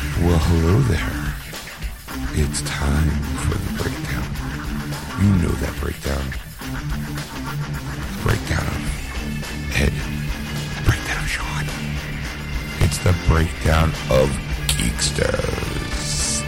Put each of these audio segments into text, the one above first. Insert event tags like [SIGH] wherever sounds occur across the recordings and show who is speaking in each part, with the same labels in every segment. Speaker 1: Hello there. It's time for the breakdown. You know that breakdown. The breakdown of Ed. The breakdown of Sean. It's the breakdown of Geeksters.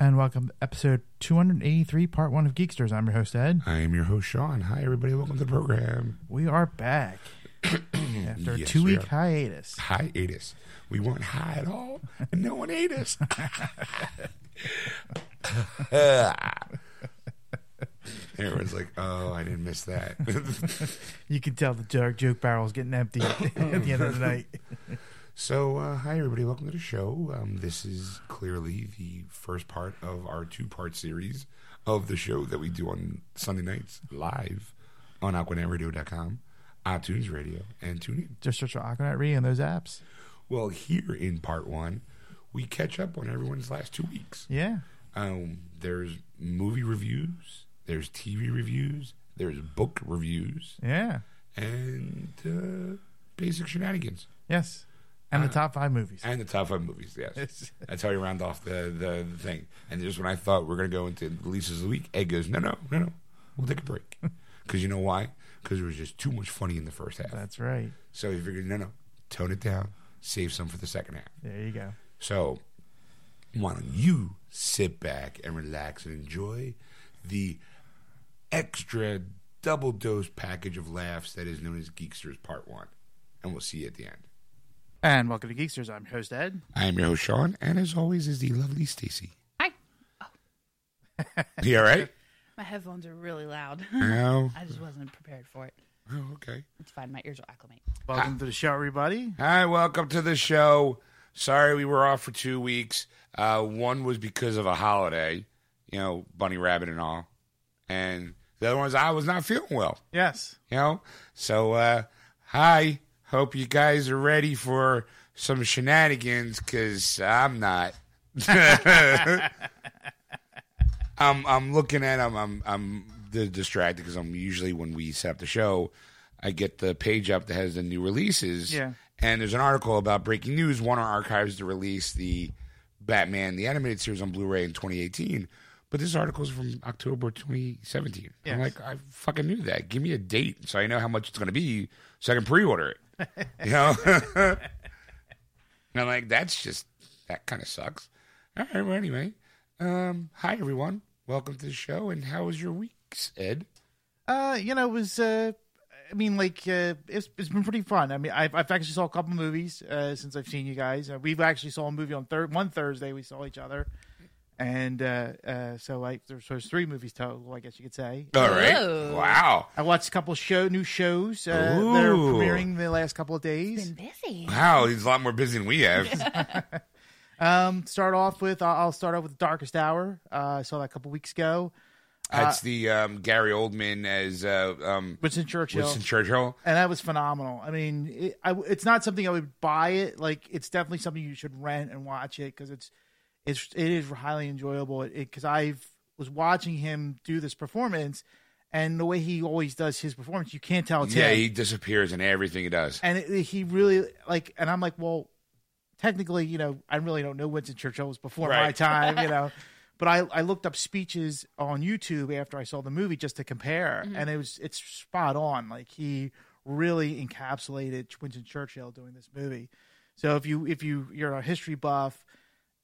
Speaker 2: And welcome to episode 283, part one of Geeksters. I'm your host, Ed.
Speaker 1: I am your host, Sean. Hi, everybody. Welcome to the program.
Speaker 2: We are [COUGHS] back after a
Speaker 1: Yes,
Speaker 2: two week
Speaker 1: we are.
Speaker 2: hiatus.
Speaker 1: Hiatus. We weren't high at all, and no one ate us. [LAUGHS] Everyone's like, oh, I didn't miss that. [LAUGHS]
Speaker 2: You can tell the dark joke barrel's getting empty [LAUGHS] at the end of the [LAUGHS] night.
Speaker 1: So, uh, hi everybody, welcome to the show. Um, this is clearly the first part of our two-part series of the show that we do on Sunday nights live on AquanetRadio.com, iTunes Radio, and TuneIn.
Speaker 2: Just search for Aquanet Re and those apps.
Speaker 1: Well, here in part one, we catch up on everyone's last two weeks.
Speaker 2: Yeah.
Speaker 1: Um, there's movie reviews, there's TV reviews, there's book reviews,
Speaker 2: Yeah.
Speaker 1: and uh, basic shenanigans.
Speaker 2: Yes. And the top five movies.
Speaker 1: And the top five movies, yes.
Speaker 2: Yes.
Speaker 1: That's how we round off the, the, the thing. And just when I thought we are going to go into releases of the week, Ed goes, no, no, no, no. We'll take a break.
Speaker 2: [LAUGHS]
Speaker 1: Because you know why? Because there was just too much funny in the first half.
Speaker 2: That's right.
Speaker 1: So he figured, no, no, tone it down, save some for the second half.
Speaker 2: There you go.
Speaker 1: So why don't you sit back and relax and enjoy the extra double dose package of laughs that is known as Geeksters Part 1. And we'll see you at the end.
Speaker 2: And welcome to Geeksters. I'm your host, Ed.
Speaker 1: I am your host, Sean, and as always is the lovely Stacy.
Speaker 3: Hi.
Speaker 1: You all right?
Speaker 3: My headphones are really loud. [LAUGHS]
Speaker 1: Oh,
Speaker 3: I just wasn't prepared for it.
Speaker 1: oh, okay.
Speaker 3: It's fine. My ears will acclimate.
Speaker 2: Welcome to the show, everybody.
Speaker 1: Hi, welcome to the show. Sorry we were off for two weeks. Uh, one was because of a holiday, you know, bunny rabbit and all. And the other one was I was not feeling well,
Speaker 2: Yes.
Speaker 1: you know? So, uh, hi. Hope you guys are ready for some shenanigans because I'm not. [LAUGHS] I'm I'm looking at I'm I'm I'm the, distracted because I'm usually when we set up the show, I get the page up that has the new releases.
Speaker 2: Yeah.
Speaker 1: And there's an article about breaking news. Warner Archives to release the Batman the animated series on Blu-ray in 2018, but this article is from October 2017. I'm
Speaker 2: Yes.
Speaker 1: like, I fucking knew that. Give me a date so I know how much it's going to be, so I can pre-order
Speaker 2: [LAUGHS]
Speaker 1: it. You know. [LAUGHS] and I'm like, that's just that kind of sucks. All right. Well, anyway, um, hi everyone. Welcome to the show. And how was your weeks, Ed?
Speaker 2: Uh, you know, it was. Uh, I mean, like, uh, it's it's been pretty fun. I mean, I've, I've actually saw a couple movies uh, since I've seen you guys. Uh, we've actually saw a movie on third one Thursday. We saw each other, and uh, uh, so I there's, there's three movies total. I guess you could say.
Speaker 1: All right.
Speaker 3: Hello.
Speaker 1: Wow.
Speaker 2: I watched a couple show new shows uh, that are
Speaker 1: Ooh.
Speaker 2: premiering the last couple of days.
Speaker 3: Been
Speaker 1: [LAUGHS]
Speaker 3: busy.
Speaker 1: Wow. He's a lot more busy than we have.
Speaker 2: Um, start off with I'll I'll start off with Darkest Hour. Uh, I saw that a couple weeks ago.
Speaker 1: That's the um, Gary Oldman as uh, um,
Speaker 2: Winston Churchill.
Speaker 1: Winston Churchill.
Speaker 2: and that was phenomenal. I mean, it, I, it's not something I would buy it. Like, it's definitely something you should rent and watch it because it's it's it is highly enjoyable. It because I was watching him do this performance, and the way he always does his performance, you can't tell it's
Speaker 1: Yeah,
Speaker 2: him.
Speaker 1: he disappears in everything he does.
Speaker 2: and it, he really like, and I'm like, well, technically, you know, I really don't know Winston Churchill was before my
Speaker 1: Right.
Speaker 2: time,
Speaker 1: [LAUGHS]
Speaker 2: you know. But I, I looked up speeches on YouTube after I saw the movie just to compare,
Speaker 1: Mm-hmm.
Speaker 2: and it was it's spot on. Like he really encapsulated Winston Churchill doing this movie. So if you if you you're a history buff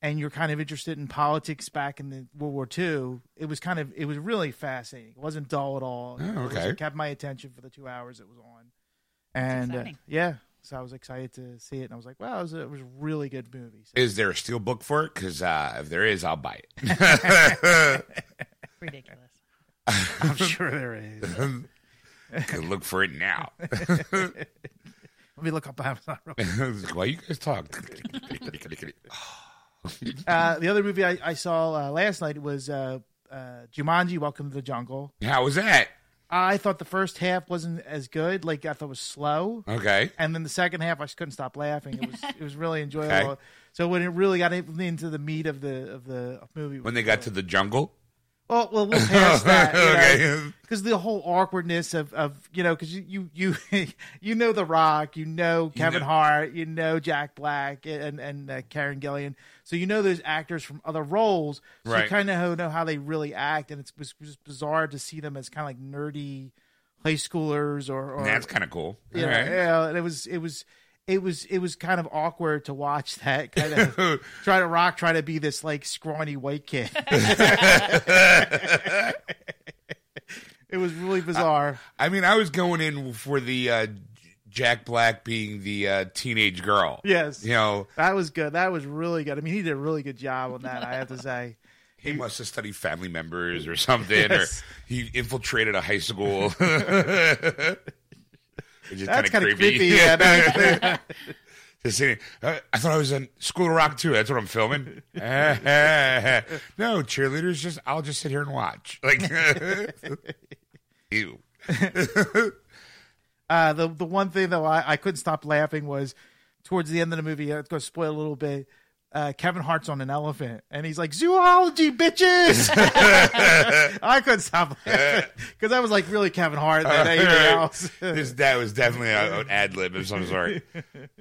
Speaker 2: and you're kind of interested in politics back in the World War II, it was kind of it was really fascinating. It wasn't dull at all.
Speaker 1: Oh,
Speaker 2: It was-
Speaker 1: okay.
Speaker 2: it kept my attention for the two hours it was on, and uh,
Speaker 3: exciting.
Speaker 2: yeah, so I was excited to see it, and I was like, wow, it was a, it was a really good movie. So,
Speaker 1: Is there a steel book for it? Because uh, if there is, I'll buy
Speaker 2: [LAUGHS]
Speaker 1: it.
Speaker 3: Ridiculous.
Speaker 2: [LAUGHS] I'm sure there
Speaker 1: [LAUGHS]
Speaker 2: is.
Speaker 1: Can look for it now. [LAUGHS]
Speaker 2: Let me look up Amazon. real quick.
Speaker 1: While you guys talk, [LAUGHS]
Speaker 2: Uh, the other movie I, I saw uh, last night was uh, uh, Jumanji: Welcome to the Jungle.
Speaker 1: how was that?
Speaker 2: I thought the first half wasn't as good. Like I thought it was slow.
Speaker 1: Okay.
Speaker 2: and then the second half I just couldn't stop laughing. It was it was really enjoyable.
Speaker 1: Okay.
Speaker 2: So when it really got in- into the meat of the of the movie, [LAUGHS]
Speaker 1: When they got to the jungle,
Speaker 2: Well, well, we'll pass [LAUGHS] that. You
Speaker 1: [LAUGHS] Okay.
Speaker 2: Because the whole awkwardness of, of you know, because you you you, [LAUGHS] you know The Rock, you know Kevin
Speaker 1: know-
Speaker 2: Hart, you know Jack Black and and uh, Karen Gillian, so you know those actors from other roles. So
Speaker 1: Right.
Speaker 2: you kind of know how they really act, and it's was just bizarre to see them as kind of like nerdy high schoolers or, or
Speaker 1: That's kind of cool.
Speaker 2: you know,
Speaker 1: All right.
Speaker 2: yeah, and it was it was it was it was kind of awkward to watch that
Speaker 1: [LAUGHS]
Speaker 2: kind of try to rock try to be this like scrawny white kid. it was really bizarre.
Speaker 1: I mean, I was going in for the uh, J- Jack Black being the uh, teenage girl.
Speaker 2: yes.
Speaker 1: You know,
Speaker 2: That was good. That was really good. I mean, he did a really good job on that, I have to say.
Speaker 1: he must have studied family members
Speaker 2: [LAUGHS]
Speaker 1: or something,
Speaker 2: Yes.
Speaker 1: or he infiltrated a high
Speaker 2: [LAUGHS]
Speaker 1: school. Which is
Speaker 2: That's
Speaker 1: kinda
Speaker 2: kind of creepy. Yeah, no,
Speaker 1: [LAUGHS] Just saying, uh, I thought I was in School of Rock too. That's what I'm
Speaker 2: [LAUGHS]
Speaker 1: filming. no, cheerleaders. Just I'll just sit here and watch. Like, [LAUGHS] ew.
Speaker 2: Uh, the the one thing though I, I couldn't stop laughing was towards the end of the movie. uh, It's going to spoil a little bit. Uh, Kevin Hart's on an elephant, and he's like zoology bitches. [LAUGHS] I couldn't stop laughing because that was like really Kevin Hart than anything else.
Speaker 1: this that was definitely a, an ad lib of some sort.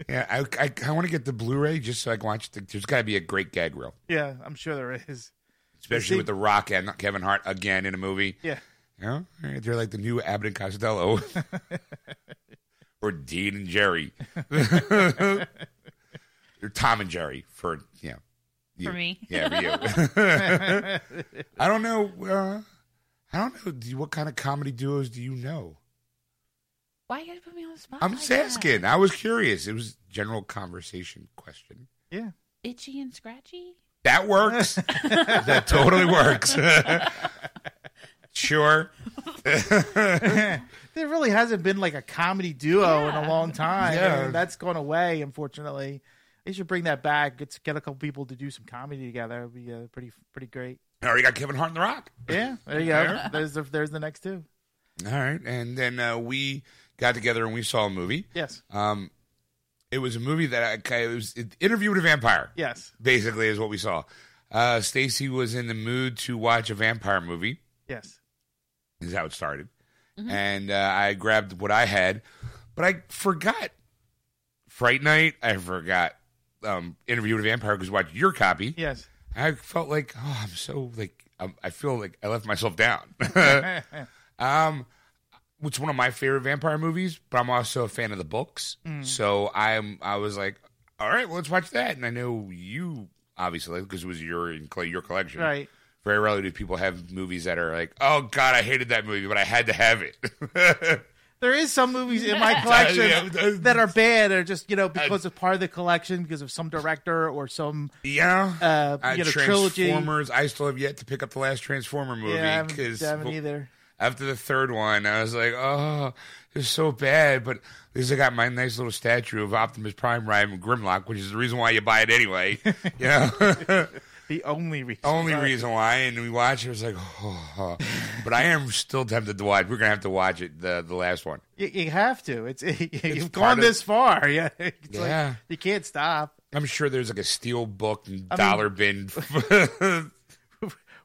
Speaker 1: Yeah, I I, I want to get the Blu-ray just so I can watch. The, there's got to be a great gag reel,
Speaker 2: [LAUGHS] yeah, I'm sure there is.
Speaker 1: especially with The Rock and Kevin Hart again in a movie.
Speaker 2: Yeah,
Speaker 1: You know? they're like the new Abbott and Costello, or Dean and Jerry, or Tom and Jerry for you know, you.
Speaker 3: For me.
Speaker 1: Yeah, for you.
Speaker 3: [LAUGHS]
Speaker 1: I don't know. Uh, I don't know. Do you, what kind of comedy duos do you know?
Speaker 3: Why you gotta put me on the spot?
Speaker 1: I'm
Speaker 3: like
Speaker 1: just
Speaker 3: that?
Speaker 1: asking. I was curious. It was general conversation question.
Speaker 2: yeah. [LAUGHS]
Speaker 3: Itchy and scratchy.
Speaker 1: That
Speaker 3: [LAUGHS]
Speaker 1: works. that totally works. [LAUGHS] sure. [LAUGHS]
Speaker 2: There really hasn't been like a comedy duo in a
Speaker 3: Yeah.
Speaker 2: long time.
Speaker 1: Yeah.
Speaker 2: And that's gone away, unfortunately. They should bring that back. Get get a couple people to do some comedy together. It'd be uh, pretty pretty great.
Speaker 1: I already got Kevin Hart and The Rock.
Speaker 2: Yeah, there you go. There's the, there's the next two.
Speaker 1: All right, and then uh, we got together and we saw a movie.
Speaker 2: Yes.
Speaker 1: Um, it was a movie that I it was it, Interview with a Vampire.
Speaker 2: Yes.
Speaker 1: basically is what we saw. Uh, Stacy was in the mood to watch a vampire movie.
Speaker 2: Yes.
Speaker 1: Is how it started, and uh, I grabbed what I had, but I forgot Fright Night. I forgot um, Interview with a Vampire because watched your copy.
Speaker 2: [LAUGHS] Yes.
Speaker 1: I felt like oh, I'm so like I'm, I feel like I left myself down. Um, it's one of my favorite vampire movies, but I'm also a fan of the books.
Speaker 2: Mm.
Speaker 1: So I'm I was like, all right, well, let's watch that. And I know you obviously because it was your in your collection.
Speaker 2: right.
Speaker 1: Very rarely do people have movies that are like, oh god, I hated that movie, but I had to have it. [LAUGHS]
Speaker 2: There is some movies [LAUGHS] in my collection that are bad or just, you know, because it's part of the collection because of some director or some
Speaker 1: yeah.
Speaker 2: uh, you know, trilogy.
Speaker 1: Transformers. I still have yet to pick up the last Transformer movie
Speaker 2: Yeah, I haven't,
Speaker 1: because
Speaker 2: haven't either.
Speaker 1: after the third one, I was like, oh, it's so bad. But at least I got my nice little statue of Optimus Prime riding Grimlock, which is the reason why you buy it
Speaker 2: [LAUGHS]
Speaker 1: anyway. You know,
Speaker 2: The only reason.
Speaker 1: [LAUGHS] only
Speaker 2: Right.
Speaker 1: reason why. And we watched it. It was like, oh, but I am still tempted to watch. We're gonna have to watch it the the last one.
Speaker 2: You, you have to. It's, [LAUGHS]
Speaker 1: part
Speaker 2: You've gone
Speaker 1: of-
Speaker 2: this far. [LAUGHS] Yeah. It's
Speaker 1: Yeah.
Speaker 2: Like, you can't stop.
Speaker 1: I'm sure there's like a steel book and dollar bin. [LAUGHS]
Speaker 2: [LAUGHS]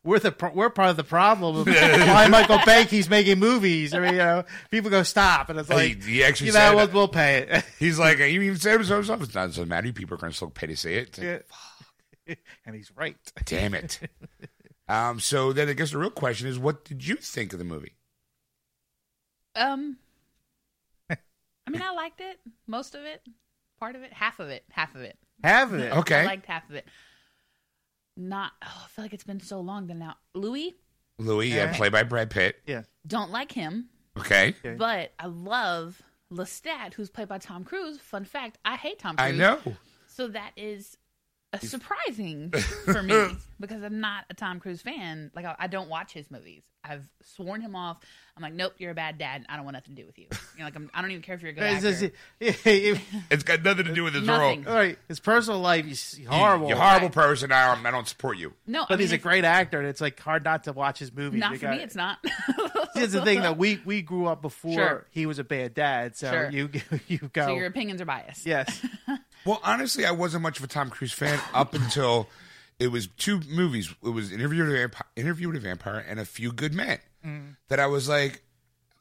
Speaker 2: We're the pro- we're part of the problem. Of why Michael Bay keeps making movies? I mean, you know, people go stop, and it's like,
Speaker 1: he actually
Speaker 2: you
Speaker 1: said-
Speaker 2: know, we'll, we'll pay it.
Speaker 1: He's like, you even said it was himself. It's not it doesn't matter. You people are gonna still pay to see it. It's like,
Speaker 2: Yeah.
Speaker 1: [LAUGHS]
Speaker 2: [LAUGHS] and he's right.
Speaker 1: Damn
Speaker 2: [LAUGHS]
Speaker 1: it. um. So then I guess the real question is, what did you think of the movie?
Speaker 3: Um, I mean, I liked it. Most of it, part of it, half of it, half of it.
Speaker 2: Have it.
Speaker 1: Okay.
Speaker 3: I liked half of it. Not. Oh, I feel like it's been so long. That now Louis
Speaker 1: Louis, yeah,
Speaker 2: Alright.
Speaker 1: played by Brad Pitt.
Speaker 2: Yeah.
Speaker 3: don't like him,
Speaker 1: Okay.
Speaker 2: Okay.
Speaker 3: but I love Lestat, who's played by Tom Cruise. Fun fact: I hate Tom Cruise.
Speaker 1: I know.
Speaker 3: So that is uh, surprising for me because I'm not a Tom Cruise fan. Like I, I don't watch his movies. I've sworn him off. I'm like, nope, you're a bad dad. I don't want nothing to do with you. You know, like I'm, I don't even care if you're a good
Speaker 2: It's just-
Speaker 3: actor.
Speaker 2: it- it- [LAUGHS]
Speaker 1: It's got nothing to do with his
Speaker 3: Nothing.
Speaker 1: role.
Speaker 2: all right, his personal life is horrible.
Speaker 1: You're a horrible person. I don't, I don't support you.
Speaker 3: No,
Speaker 2: but
Speaker 3: I mean,
Speaker 2: he's a
Speaker 3: it's
Speaker 2: great actor, and it's like hard not to watch his movies.
Speaker 3: Not
Speaker 2: You
Speaker 3: for
Speaker 2: got-
Speaker 3: me.
Speaker 2: [LAUGHS]
Speaker 3: It's not. [LAUGHS]
Speaker 2: Here's the thing though we we grew up before
Speaker 3: Sure.
Speaker 2: he was a bad dad, so
Speaker 3: Sure.
Speaker 2: you [LAUGHS] you go
Speaker 3: so your [LAUGHS] opinions are biased.
Speaker 2: yes
Speaker 1: [LAUGHS] Well, honestly, I wasn't much of a Tom Cruise fan up until it was two movies. It was Interview with a Vampire, Interview with a Vampire, and A Few Good Men. That I was like,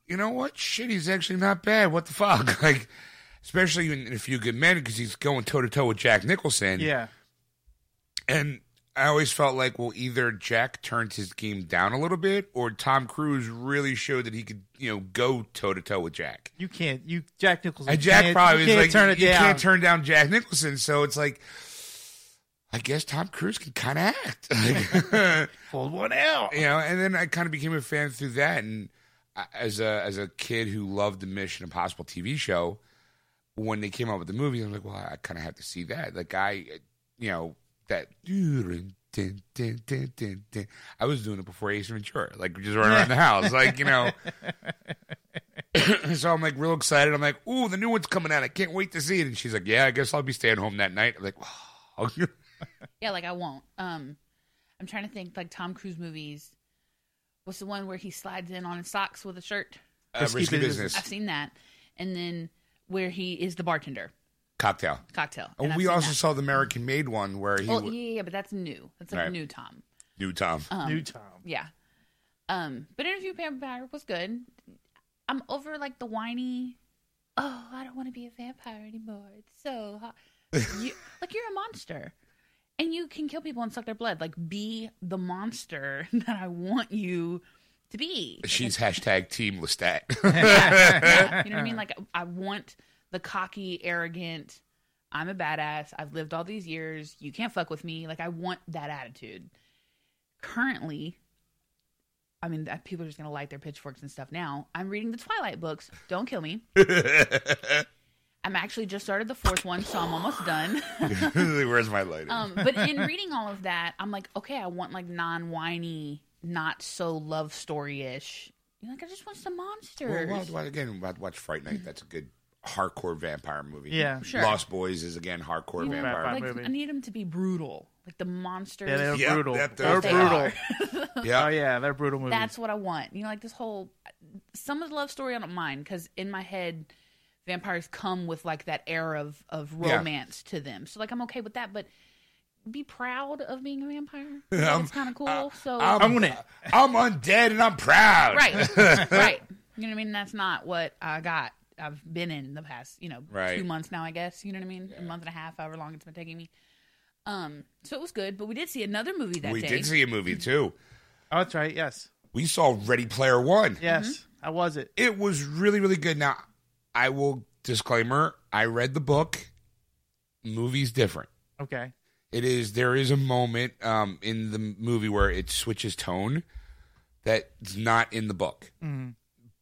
Speaker 1: you know what? Shit, he's actually not bad. What the fuck? [LAUGHS] Like, especially in, in A Few Good Men because he's going toe to toe with Jack Nicholson.
Speaker 2: Yeah.
Speaker 1: And I always felt like, well, either Jack turned his game down a little bit, or Tom Cruise really showed that he could, you know, go toe to toe with Jack.
Speaker 2: You can't. You Jack Nicholson.
Speaker 1: And Jack
Speaker 2: can't-
Speaker 1: probably
Speaker 2: you
Speaker 1: was
Speaker 2: can't
Speaker 1: like,
Speaker 2: turn it
Speaker 1: you
Speaker 2: down.
Speaker 1: can't turn down Jack Nicholson. So it's like, I guess Tom Cruise can kind of act. [LAUGHS]
Speaker 2: [LAUGHS]
Speaker 1: Like,
Speaker 2: Pulled one out.
Speaker 1: you know, and then I kind of became a fan through that. And I- as a as a kid who loved the Mission Impossible TV show, when they came out with the movie, I'm like, well, I kind of have to see that. Like I, you know, that. I was doing it before Ace Ventura, like just running around the house, like you know. so I'm like real excited. I'm like, ooh, the new one's coming out. I can't wait to see it. And she's like, yeah, I guess I'll be staying home that night. I'm like, oh.
Speaker 3: Yeah, like I won't. Um, I'm trying to think like Tom Cruise movies. What's the one where he slides in on his socks with a shirt?
Speaker 1: Uh,
Speaker 2: Risky
Speaker 1: risky
Speaker 2: business.
Speaker 1: business
Speaker 3: I've seen that, and then where he is the bartender
Speaker 1: cocktail.
Speaker 3: cocktail.
Speaker 1: Oh,
Speaker 3: and I've
Speaker 1: we
Speaker 3: seen
Speaker 1: also
Speaker 3: that.
Speaker 1: saw the American Made one where he
Speaker 3: Well, Uh,
Speaker 1: w-
Speaker 3: yeah, yeah, but that's new. That's like
Speaker 1: Right.
Speaker 3: new Tom.
Speaker 1: knew Tom.
Speaker 2: New Tom.
Speaker 3: Yeah. Um, but interview with a vampire was good. I'm over like the whiny. Oh, I don't want to be a vampire anymore. It's so
Speaker 1: [LAUGHS]
Speaker 3: hot. you, like you're a monster, and you can kill people and suck their blood. Like be the monster [LAUGHS] that I want you to be.
Speaker 1: She's hashtag Team Lestat. [LAUGHS]
Speaker 3: [LAUGHS] Yeah, you know what I mean? Like I want the cocky, arrogant. I'm a badass. I've lived all these years. You can't fuck with me. Like I want that attitude. Currently, I mean, that people are just gonna light their pitchforks and stuff. Now I'm reading the Twilight books. Don't kill me. I'm actually just started the fourth one, so I'm almost done. [LAUGHS]
Speaker 1: Where's my lighter?
Speaker 3: Um, but in reading all of that, I'm like, okay, I want like non whiny, not so love story ish. Like I just want some
Speaker 1: well,
Speaker 3: monsters.
Speaker 1: well, well, again, wa- watch Fright Night. That's a good hardcore vampire movie.
Speaker 2: Yeah.
Speaker 3: Sure.
Speaker 1: Lost Boys is again hardcore
Speaker 3: You know,
Speaker 1: vampire.
Speaker 2: Vampire.
Speaker 3: like
Speaker 2: movie.
Speaker 3: I need them to be brutal, like the monsters.
Speaker 2: Yeah, they're
Speaker 1: Yeah,
Speaker 2: brutal.
Speaker 1: that-
Speaker 2: they're
Speaker 1: they
Speaker 2: brutal.
Speaker 1: are.
Speaker 2: Oh
Speaker 1: Yeah,
Speaker 2: yeah, they're brutal movies.
Speaker 3: That's what I want. You know, like this whole some of the love story I don't mind because in my head, vampires come with like that air of of
Speaker 1: Yeah.
Speaker 3: romance to them. So like I'm okay with that, but be proud of being
Speaker 1: [LAUGHS]
Speaker 3: a vampire. You know, it's kind of cool. so
Speaker 1: Uh, I'm,
Speaker 2: Own it.
Speaker 1: [LAUGHS] I'm undead and I'm proud.
Speaker 3: right, right.
Speaker 1: [LAUGHS]
Speaker 3: You know what I mean? That's not what I got. I've been in the past, you know,
Speaker 1: Right.
Speaker 3: two months now. I guess you know what I mean. A month and a half, however long it's been taking me. Um, so it was good, but we did see another movie that
Speaker 1: We
Speaker 3: day.
Speaker 1: did see a movie too.
Speaker 2: oh, that's right. Yes.
Speaker 1: We saw Ready Player One.
Speaker 2: Yes. How was it?
Speaker 1: It was really, really good. Now, I will disclaimer. I read the book. Movie's different.
Speaker 2: Okay.
Speaker 1: It is. There is a moment um, in the movie where it switches tone that's not in the book,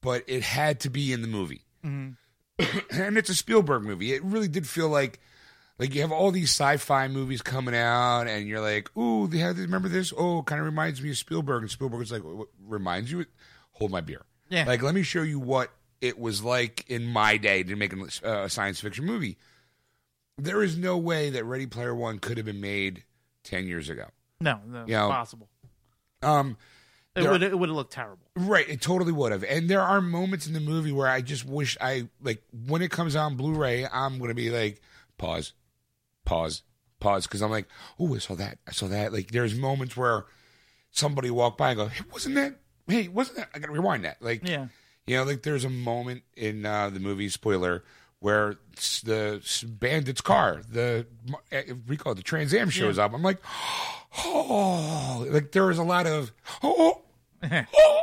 Speaker 1: but it had to be in the movie. [CLEARS THROAT] and it's a Spielberg movie. It really did feel like like you have all these sci-fi movies coming out, and you're like, "Ooh, they have remember this? Oh, kind of reminds me of Spielberg." And Spielberg's like, what "Reminds you? Hold my beer.
Speaker 2: Yeah.
Speaker 1: Like, let me show you what it was like in my day to make a uh, science fiction movie." there is no way that Ready Player One could have been made ten years ago.
Speaker 2: No, no,
Speaker 1: Yeah.
Speaker 2: possible.
Speaker 1: Um,
Speaker 2: It
Speaker 1: There-
Speaker 2: would it would have looked terrible.
Speaker 1: right, it totally would have. And there are moments in the movie where I just wish I like when it comes out on Blu-ray, I'm gonna be like, pause, pause, pause, because I'm like, oh, I saw that, I saw that. Like, there's moments where somebody walked by and go, hey, wasn't that? Hey, wasn't that? I gotta rewind that. Like,
Speaker 2: Yeah.
Speaker 1: You know, like there's a moment in uh, the movie spoiler where s- the s- bandit's car, the uh, we call it the Trans Am, shows up. I'm like, [GASPS] oh, like there was a lot of oh, oh, oh,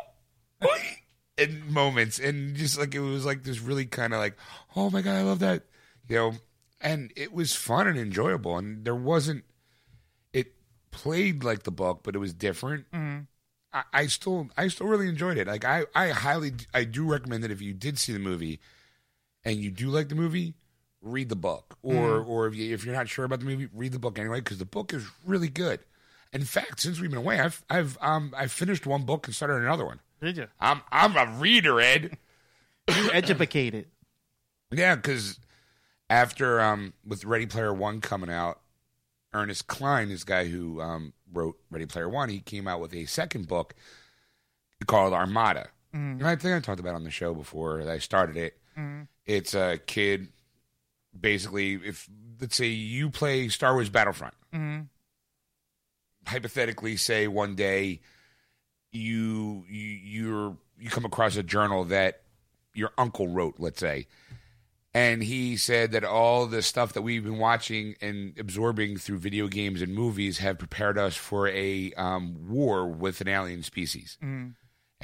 Speaker 1: oh, [LAUGHS] and moments, and just like it was like this really kind of like, oh my god, I love that, you know, and it was fun and enjoyable, and there wasn't, it played like the book, but it was different. I, I still I still really enjoyed it. Like I I highly I do recommend that if you did see the movie and you do like the movie, read the book. Or or if, you, if you're not sure about the movie, read the book anyway because the book is really good. In fact, since we've been away, I've I've um I finished one book and started another one.
Speaker 2: Did you?
Speaker 1: I'm I'm a reader, Ed.
Speaker 2: You educated.
Speaker 1: Yeah, because after um with Ready Player One coming out, Ernest Klein, this guy who um wrote Ready Player One, he came out with a second book called Armada. And I think I talked about it on the show before that I started it. It's a kid basically if let's say you play Star Wars Battlefront. hypothetically say one day you you you're you come across a journal that your uncle wrote, let's say, and he said that all the stuff that we've been watching and absorbing through video games and movies have prepared us for a um, war with an alien species. And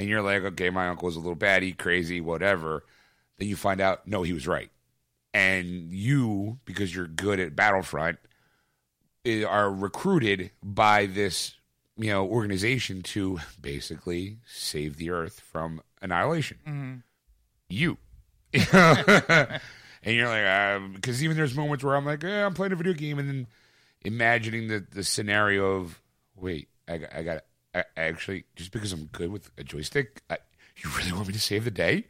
Speaker 1: you're like, okay, my uncle's a little batty, crazy, whatever. Then you find out, no, he was right. And you, because you're good at Battlefront, i- are recruited by this you know organization to basically save the earth from annihilation you [LAUGHS] and you're like because even there's moments where i'm like eh, i'm playing a video game and then imagining the, the scenario of wait i, got- I got I, I actually just because i'm good with a joystick I, you really want me to save the day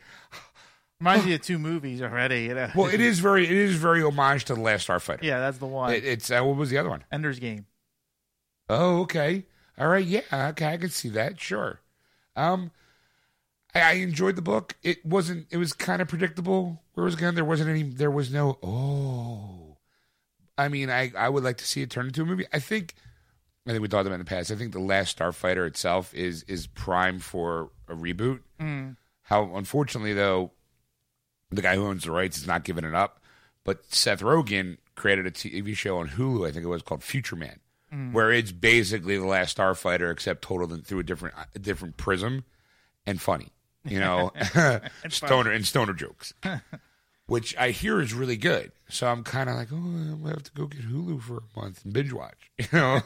Speaker 2: Reminds you of two movies already. You know?
Speaker 1: well it is very it is very homage to the last starfighter
Speaker 2: yeah, that's the one.
Speaker 1: It- it's uh, what was the other one
Speaker 2: Ender's Game.
Speaker 1: Oh, okay. All right. Yeah. Okay. I can see that. Sure. Um, I, I enjoyed the book. It wasn't. It was kind of predictable where it was going. There wasn't any. There was no. Oh. I mean, I I would like to see it turn into a movie. I think. I think we talked about it in the past. I think the Last Starfighter itself is is prime for a reboot. How unfortunately though, the guy who owns the rights is not giving it up. But Seth Rogen created a TV show on Hulu, I think it was called Future Man, where it's basically the last Starfighter except totaled in- through a different a different prism and funny, you know, [LAUGHS] stoner and stoner jokes, which I hear is really good. So I'm kind of like, oh, I'm gonna have to go get Hulu for a month and binge watch, [LAUGHS] you know.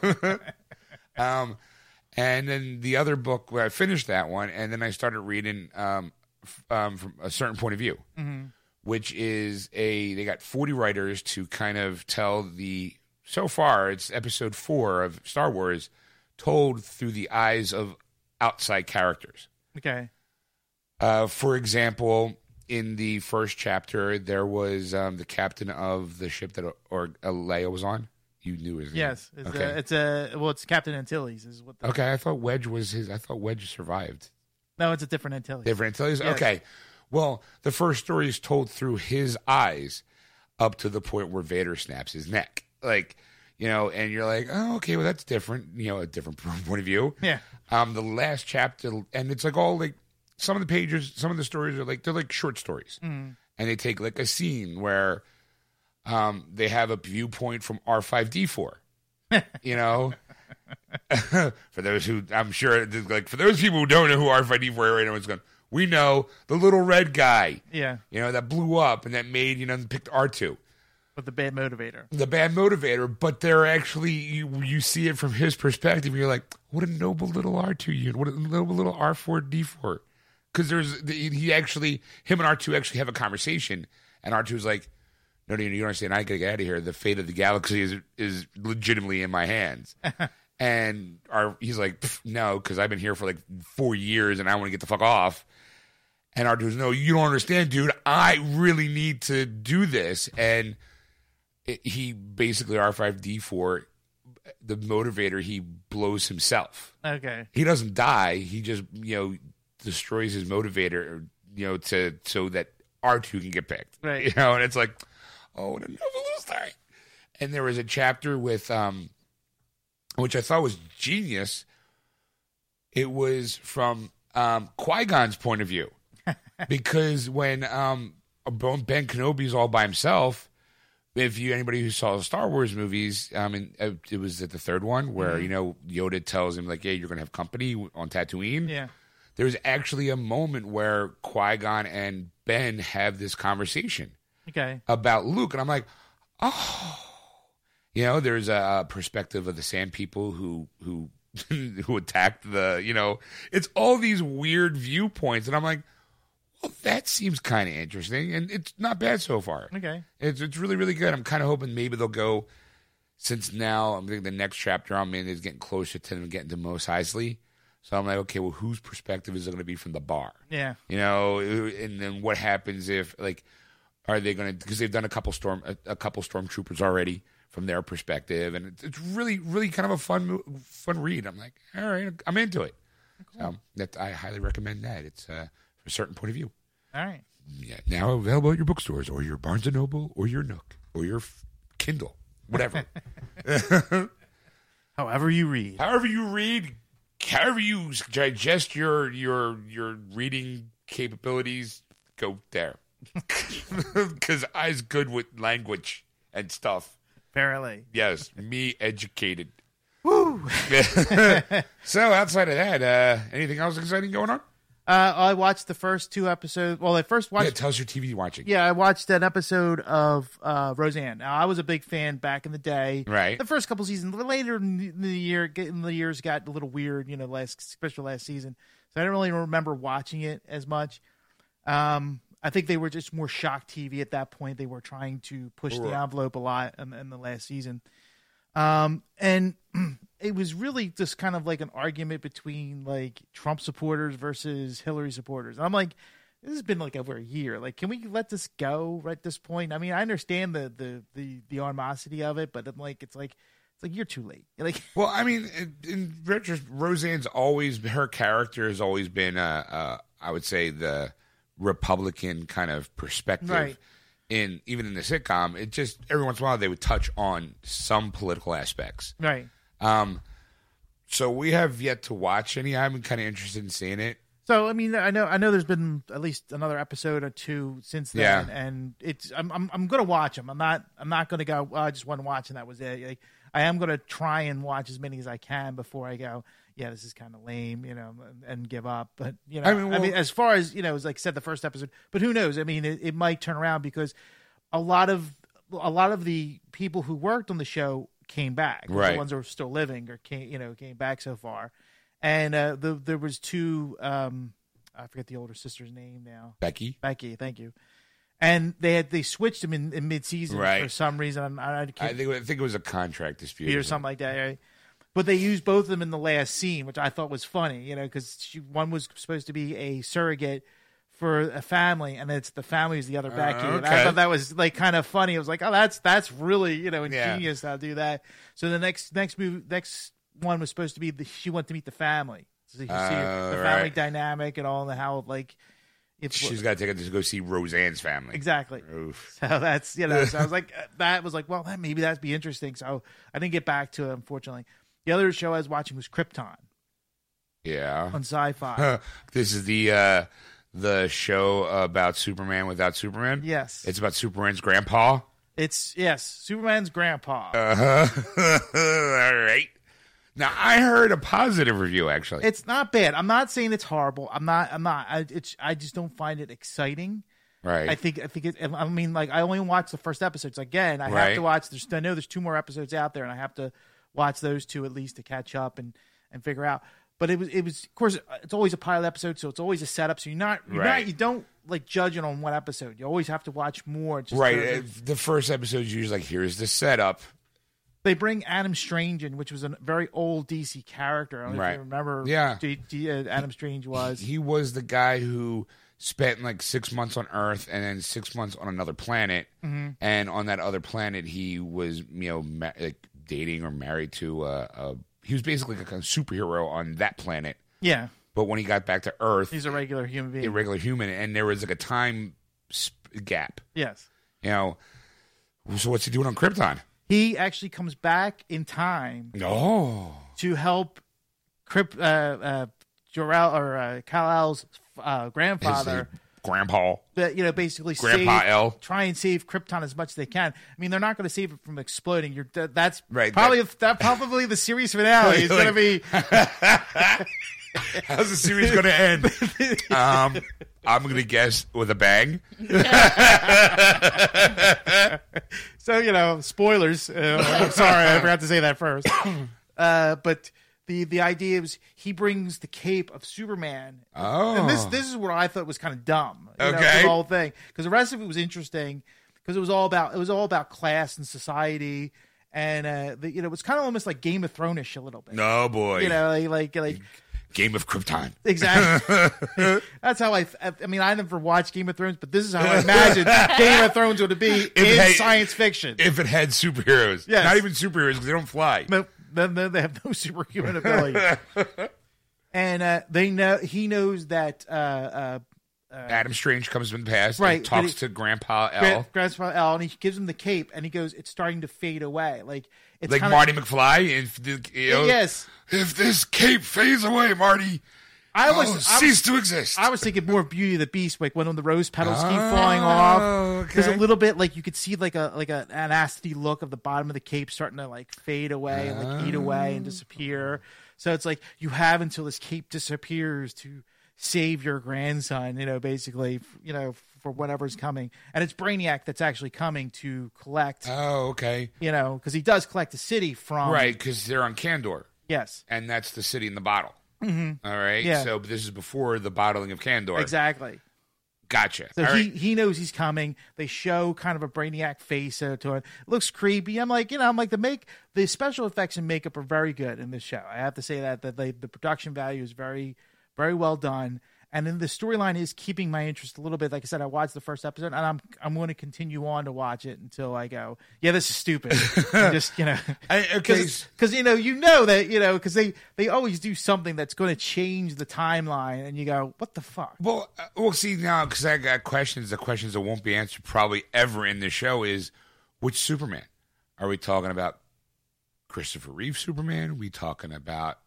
Speaker 1: um, and then the other book where I finished that one, and then I started reading um, f- um, from a certain point of view which is a they got 40 writers to kind of tell the so far it's episode 4 of Star Wars told through the eyes of outside characters.
Speaker 2: Okay.
Speaker 1: Uh, for example, in the first chapter there was um, the captain of the ship that or Leia was on. You knew his name.
Speaker 2: Yes. It's,
Speaker 1: Mm. okay.
Speaker 2: a, it's a well. It's Captain Antilles. Is what. The,
Speaker 1: okay, I thought Wedge was his I thought Wedge survived.
Speaker 2: No, it's a different Antilles.
Speaker 1: Different Antilles?
Speaker 2: Yes.
Speaker 1: Okay. Well, the first story is told through his eyes up to the point where Vader snaps his neck. Like, you know, and you're like, oh, okay, well, that's different. You know, a different [LAUGHS] point of view.
Speaker 2: yeah.
Speaker 1: Um, the last chapter, and it's like all like some of the pages, some of the stories are like, they're like short stories. And they take like a scene where um, they have a viewpoint from R5D4, you know? [LAUGHS] for those who I'm sure like for those people who don't know who R5D4 right now is going, we know the little red guy,
Speaker 2: Yeah.
Speaker 1: you know, that blew up and that made, you know, picked R2.
Speaker 2: With the bad motivator.
Speaker 1: The bad motivator, but they're actually you, you see it from his perspective. and You're like, what a noble little R2 unit, what a noble little R4D4. Because there's the- he actually him and R2 actually have a conversation, and R2's like, no, no, you don't understand. I gotta get out of here. The fate of the galaxy is is legitimately in my hands. and our, he's like, "Pff, no, because I've been here for like four years, and I want to get the fuck off. And R2's no, you don't understand, dude. I really need to do this. And it, he basically R5D4, the motivator, he blows himself
Speaker 2: Okay.
Speaker 1: he doesn't die. He just you know destroys his motivator, you know, to so that R two can get picked, [LAUGHS]
Speaker 2: Right.
Speaker 1: You know, and it's like, oh, what a novel story. And there was a chapter with, um, which I thought was genius. It was from um, Qui Gon's point of view, because when um, Ben Kenobi's all by himself, if you anybody who saw the Star Wars movies, I mean, uh, it was at the third one where you know Yoda tells him like, "Hey, you're gonna have company on Tatooine."
Speaker 2: Yeah.
Speaker 1: There's actually a moment where Qui Gon and Ben have this conversation
Speaker 2: Okay.
Speaker 1: about Luke, and I'm like, oh, you know, there's a perspective of the Sand People who who [LAUGHS] who attacked the, you know, it's all these weird viewpoints, and I'm like, well, that seems kind of interesting, and it's not bad so far.
Speaker 2: Okay.
Speaker 1: It's it's really really good. I'm kind of hoping maybe they'll go since now I'm thinking the next chapter I'm in is getting closer to them getting to Mos Eisley. So I'm like, okay, well, whose perspective is it going to be from the bar?
Speaker 2: Yeah.
Speaker 1: You know, and then what happens if like are they going to because they've done a couple storm a, a couple stormtroopers already from their perspective, and it's, it's really really kind of a fun mo- fun read. I'm like, all right, I'm into it. So that I highly recommend that. It's uh, from a certain point of view
Speaker 2: All right.
Speaker 1: yeah, now available at your bookstores or your Barnes and Noble or your Nook or your f- Kindle, whatever.
Speaker 2: However you read.
Speaker 1: However you read, however you digest your your your reading capabilities, go there. [LAUGHS] Because I's good with language and stuff.
Speaker 2: Apparently.
Speaker 1: Yes, me educated.
Speaker 2: Woo!
Speaker 1: [LAUGHS] so outside of that, uh, anything else exciting going on?
Speaker 2: Uh, I watched the first two episodes. Well, I first
Speaker 1: Yeah,
Speaker 2: watched.
Speaker 1: tell us your TV you're watching.
Speaker 2: Yeah, I watched an episode of uh, Roseanne. Now, I was a big fan back in the day.
Speaker 1: Right.
Speaker 2: The first couple seasons. Later in the year, in the years got a little weird. You know, last especially last season. So I don't really remember watching it as much. Um, I think they were just more shock TV at that point. They were trying to push the
Speaker 1: Right.
Speaker 2: envelope a lot in, in the last season. Um, and [CLEARS THROAT] it was really just kind of like an argument between like Trump supporters versus Hillary supporters. And I'm like, this has been like over a year. Like, can we let this go right at this point? I mean, I understand the the the, the animosity of it, but I'm like, it's like it's like you're too late. [LAUGHS] Like,
Speaker 1: Well, I mean, in- in Richard, Roseanne's always her character has always been, uh, uh, I would say, the Republican kind of perspective.
Speaker 2: Right.
Speaker 1: In even in the sitcom, it just every once in a while they would touch on some political aspects.
Speaker 2: right.
Speaker 1: Um, so we have yet to watch any. I'm kind of interested in seeing it.
Speaker 2: So I mean, I know I know there's been at least another episode or two since then,
Speaker 1: Yeah.
Speaker 2: and it's I'm I'm I'm gonna watch them. I'm not I'm not gonna go. "Well, I just want to watch, and that was it. Like I am gonna try and watch as many as I can before I go. Yeah, this is kind of lame, you know, and, and give up. But you know, I
Speaker 1: I
Speaker 2: mean,
Speaker 1: mean, well-
Speaker 2: as far as you know, as like I said, the first episode. But who knows? I mean, it, it might turn around because a lot of a lot of the people who worked on the show came back.
Speaker 1: Right.
Speaker 2: The ones that were still living or came, you know, came back so far. And uh, the, there was two. Um, I forget the older sister's name now.
Speaker 1: Becky,
Speaker 2: Becky, thank you. And they had they switched them in, in mid season
Speaker 1: Right.
Speaker 2: for some reason. I, I
Speaker 1: I
Speaker 2: can't
Speaker 1: think I think it was a contract dispute
Speaker 2: or something like that. Right? But they used both of them in the last scene, which I thought was funny, you know, because one was supposed to be a surrogate for a family, and it's the family is the other Becky. And I
Speaker 1: okay.
Speaker 2: thought that was like kind of funny. I was like, oh, that's that's really you know
Speaker 1: Yeah.
Speaker 2: ingenious how to do that. So the next next move next one was supposed to be the, she went to meet the family. So you see
Speaker 1: Oh,
Speaker 2: the family
Speaker 1: right.
Speaker 2: dynamic and all, and how like it's
Speaker 1: She's got to take it to go see Roseanne's family.
Speaker 2: exactly.
Speaker 1: Oof.
Speaker 2: [LAUGHS] So that's you know. So I was like, uh, that was like, well, that maybe that'd be interesting. So I didn't get back to it, unfortunately. The other show I was watching was Krypton
Speaker 1: Yeah.
Speaker 2: on Sci-Fi.
Speaker 1: [LAUGHS] this is the uh, the show about Superman without Superman.
Speaker 2: yes, it's,
Speaker 1: It's about Superman's grandpa. [LAUGHS]
Speaker 2: yes, Superman's grandpa.
Speaker 1: Uh huh. All right. Now I heard a positive review actually.
Speaker 2: it's not bad. I'm not saying it's horrible. I'm not. I'm not. I, it's. I just don't find it exciting.
Speaker 1: right.
Speaker 2: I think. I think. It, I mean, like, I only watched the first episodes. Again, I have
Speaker 1: Right.
Speaker 2: to watch. There's. I know there's two more episodes out there, and I have to watch those two at least to catch up and and figure out. But it was. It was. Of course, it's always a pilot episode, so it's always a setup. So you're not. You're not
Speaker 1: Right.
Speaker 2: you don't like judge it on one episode. You always have to watch more. Just
Speaker 1: right.
Speaker 2: to-
Speaker 1: uh, The first episode's usually like here's the setup.
Speaker 2: they bring Adam Strange in, which was a very old DC character. I don't know if
Speaker 1: Right.
Speaker 2: you remember.
Speaker 1: Yeah.
Speaker 2: D, D, uh, Adam Strange was.
Speaker 1: He was the guy who spent like six months on Earth and then six months on another planet.
Speaker 2: Mm-hmm.
Speaker 1: And on that other planet, he was you know ma- like dating or married to. Uh, uh, he was basically like a superhero on that planet.
Speaker 2: Yeah.
Speaker 1: But when he got back to Earth,
Speaker 2: He's a regular human being.
Speaker 1: a regular human, and there was like a time sp- gap.
Speaker 2: yes.
Speaker 1: You know, so what's he doing on Krypton?
Speaker 2: He actually comes back in time
Speaker 1: No.
Speaker 2: to help Crip, uh, uh, Jor-El or uh, Kal-El's uh, grandfather.
Speaker 1: grandpa.
Speaker 2: But you know, basically
Speaker 1: Grandpa
Speaker 2: save, [LAUGHS]
Speaker 1: El.
Speaker 2: try and save Krypton as much as they can. I mean, they're not going to save it from exploding. You're that, that's
Speaker 1: Right,
Speaker 2: Probably that, probably the series
Speaker 1: [LAUGHS]
Speaker 2: finale is going to be
Speaker 1: How's the series going to end? [LAUGHS] um, I'm going to guess with a bang.
Speaker 2: so you know spoilers. Uh, I'm sorry, I forgot to say that first. [COUGHS] Uh, but the the idea is he brings the cape of Superman
Speaker 1: Oh.
Speaker 2: and this this is what I thought was kind of dumb. You know,
Speaker 1: Okay.
Speaker 2: the whole thing because the rest of it was interesting because it was all about it was all about class and society and uh, the, you know it was kind of almost like Game of Thrones a little bit.
Speaker 1: no, boy.
Speaker 2: You know, like like, like
Speaker 1: Game of Krypton.
Speaker 2: exactly. [LAUGHS] That's how I. I mean, I never watched Game of Thrones, but this is how I imagined Game of
Speaker 1: [LAUGHS]
Speaker 2: Thrones would be in
Speaker 1: hey-
Speaker 2: science fiction.
Speaker 1: If it had superheroes.
Speaker 2: Yes.
Speaker 1: Not even superheroes because they don't fly.
Speaker 2: no, then, then they have no [LAUGHS] superhuman
Speaker 1: [LAUGHS]
Speaker 2: ability. and uh, they know he knows that uh, uh,
Speaker 1: Adam Strange comes in the past,
Speaker 2: Right,
Speaker 1: And
Speaker 2: but
Speaker 1: talks
Speaker 2: it-
Speaker 1: to Grandpa L,
Speaker 2: Grand, Grandpa L, and he gives him the cape, and he goes, "It's starting to fade away." Like it's
Speaker 1: like
Speaker 2: kinda,
Speaker 1: Marty McFly. If the, you know,
Speaker 2: Yes,
Speaker 1: if this cape fades away, Marty,
Speaker 2: I
Speaker 1: oh,
Speaker 2: was. I was
Speaker 1: cease to exist.
Speaker 2: I was thinking more of Beauty of the Beast, like when on the rose petals keep
Speaker 1: Oh,
Speaker 2: falling off. There's a
Speaker 1: okay.
Speaker 2: little bit like you could see like a like a, an nasty look of the bottom of the cape starting to like fade away, and like eat away
Speaker 1: Ah.
Speaker 2: and disappear. So it's like you have until this cape disappears to save your grandson. You know, basically, f- you know, for whatever's coming, and it's Brainiac that's actually coming to collect.
Speaker 1: oh, okay,
Speaker 2: you know, because he does collect the city from
Speaker 1: right, because they're on Candor,
Speaker 2: Yes,
Speaker 1: and that's the city in the bottle. Mm-hmm. right,
Speaker 2: Yeah.
Speaker 1: so this is before the bottling of Candor.
Speaker 2: exactly.
Speaker 1: Gotcha.
Speaker 2: So
Speaker 1: All
Speaker 2: he,
Speaker 1: right.
Speaker 2: he knows he's coming. They show kind of a brainiac face uh, to it. it. Looks creepy. I'm like, you know, I'm like the make the special effects and makeup are very good in this show. I have to say that that they, the production value is very very well done. And then the storyline is keeping my interest a little bit. Like I said, I watched the first episode, and I'm I'm going to continue on to watch it until I go, yeah, this
Speaker 1: [LAUGHS]
Speaker 2: is stupid. And just you know,
Speaker 1: I- okay,
Speaker 2: because you know you know that you know because they they always do something that's going to change the timeline, and you go, what the fuck?
Speaker 1: Well, uh, well, see now because I got questions. The questions that won't be answered probably ever in the show is which Superman are we talking about? Christopher Reeve Superman? Are we talking about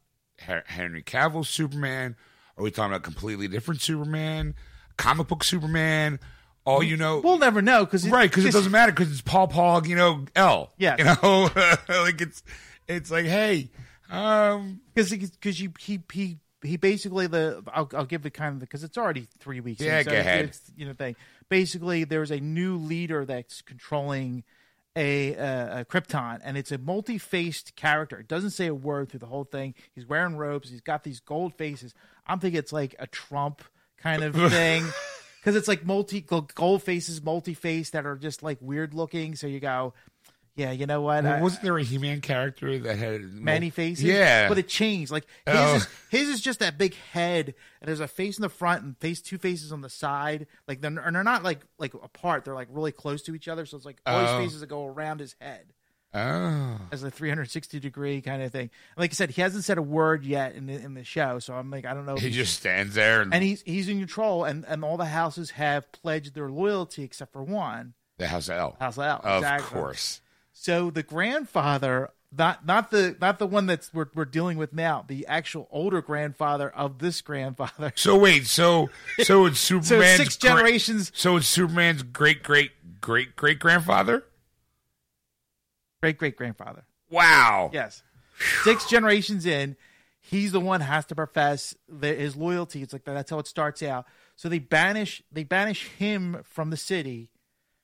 Speaker 1: Her- Henry Cavill Superman? Are we talking about completely different Superman? Comic book Superman? All
Speaker 2: Mm,
Speaker 1: you know,
Speaker 2: We'll never know because
Speaker 1: right? Because it doesn't matter because it's Paul Paul, you know, L.
Speaker 2: Yes.
Speaker 1: you know, [LAUGHS] like it's it's like hey, um,
Speaker 2: because because you he he he basically the I'll, I'll give the kind of because it's already three weeks. in,
Speaker 1: Yeah, go
Speaker 2: it's-
Speaker 1: ahead.
Speaker 2: It's, you know thing. Basically, there's a new leader that's controlling a, uh, a Krypton, and it's a multi-faced character. It doesn't say a word through the whole thing. He's wearing robes. He's got these gold faces. I'm thinking it's like a Trump
Speaker 1: [LAUGHS]
Speaker 2: kind of thing. Because it's like multi gold faces, multi face that are just like weird looking. So you go, yeah, you know what? I-
Speaker 1: wasn't there a He Man character that had
Speaker 2: many faces.
Speaker 1: Yeah,
Speaker 2: but it changed. Like his,
Speaker 1: Oh.
Speaker 2: is, his is just that big head, and there's a face in the front and face two faces on the side. Like they're and they're not like like apart. They're like really close to each other. So it's like all
Speaker 1: Oh.
Speaker 2: his faces that go around his head
Speaker 1: oh.
Speaker 2: as a 360 degree kind of thing. Like I said, he hasn't said a word yet in the, in the show. So I'm like, I don't know. if
Speaker 1: He
Speaker 2: he's-
Speaker 1: just stands there, and,
Speaker 2: and he's he's in control, and and all the houses have pledged their loyalty except for one.
Speaker 1: the house of L.
Speaker 2: House L,
Speaker 1: of
Speaker 2: Uh, exactly.
Speaker 1: course.
Speaker 2: So the grandfather, not not the not the one that's we're we're dealing with now, the actual older grandfather of this grandfather. [LAUGHS]
Speaker 1: So wait, so so it's
Speaker 2: So
Speaker 1: Superman's
Speaker 2: six
Speaker 1: gra-
Speaker 2: generations
Speaker 1: so it's Superman's great great great great grandfather.
Speaker 2: great great grandfather.
Speaker 1: Wow.
Speaker 2: Yes. Six generations in, he's the one has to profess the, his loyalty. It's like that's how it starts out. So they banish they banish him from the city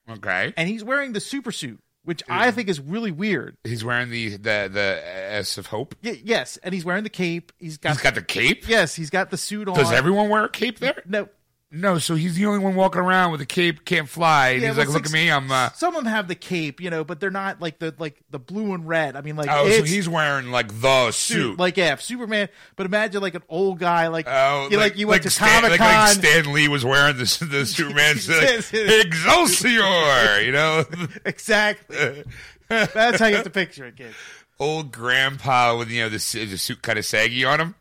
Speaker 1: Okay.
Speaker 2: and he's wearing the super suit, which I
Speaker 1: Mm-hmm.
Speaker 2: think is really weird.
Speaker 1: He's wearing the the the S of Hope.
Speaker 2: Y- yes, and he's wearing the cape. He's got,
Speaker 1: He's got the cape.
Speaker 2: Yes, he's got the suit on.
Speaker 1: Does everyone wear a cape there?
Speaker 2: No.
Speaker 1: No. So he's the only one walking around with a cape. Can't fly. And
Speaker 2: Yeah,
Speaker 1: he's
Speaker 2: well,
Speaker 1: like, look at
Speaker 2: six-
Speaker 1: me. I'm. Uh,
Speaker 2: Some of them have the cape, you know, but they're not like the like the blue and red. I mean, like
Speaker 1: oh,
Speaker 2: it's
Speaker 1: so he's wearing like the suit.
Speaker 2: like yeah, Superman. But imagine like an old guy, like
Speaker 1: Oh,
Speaker 2: you like, you went to
Speaker 1: Stan-
Speaker 2: Comic
Speaker 1: like-
Speaker 2: Con.
Speaker 1: Like, Stan Lee was wearing the
Speaker 2: [LAUGHS]
Speaker 1: the Superman's
Speaker 2: Yes, yes.
Speaker 1: Excelsior, you know,
Speaker 2: [LAUGHS]
Speaker 1: [LAUGHS]
Speaker 2: exactly. That's how you have to picture it, kids.
Speaker 1: old grandpa with you know the, su- the suit kind of saggy on him.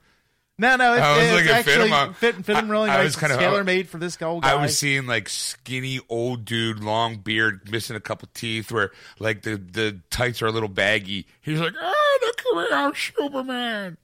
Speaker 2: No, no, it's,
Speaker 1: I was
Speaker 2: it's
Speaker 1: looking at fit
Speaker 2: actually
Speaker 1: him up.
Speaker 2: fit, fit him really
Speaker 1: I- I was
Speaker 2: nice.
Speaker 1: kind of-
Speaker 2: tailor made for this old guy.
Speaker 1: I was seeing like skinny old dude, long beard, missing a couple teeth, where like the the tights are a little baggy. He's like, oh, look at me, I'm Superman.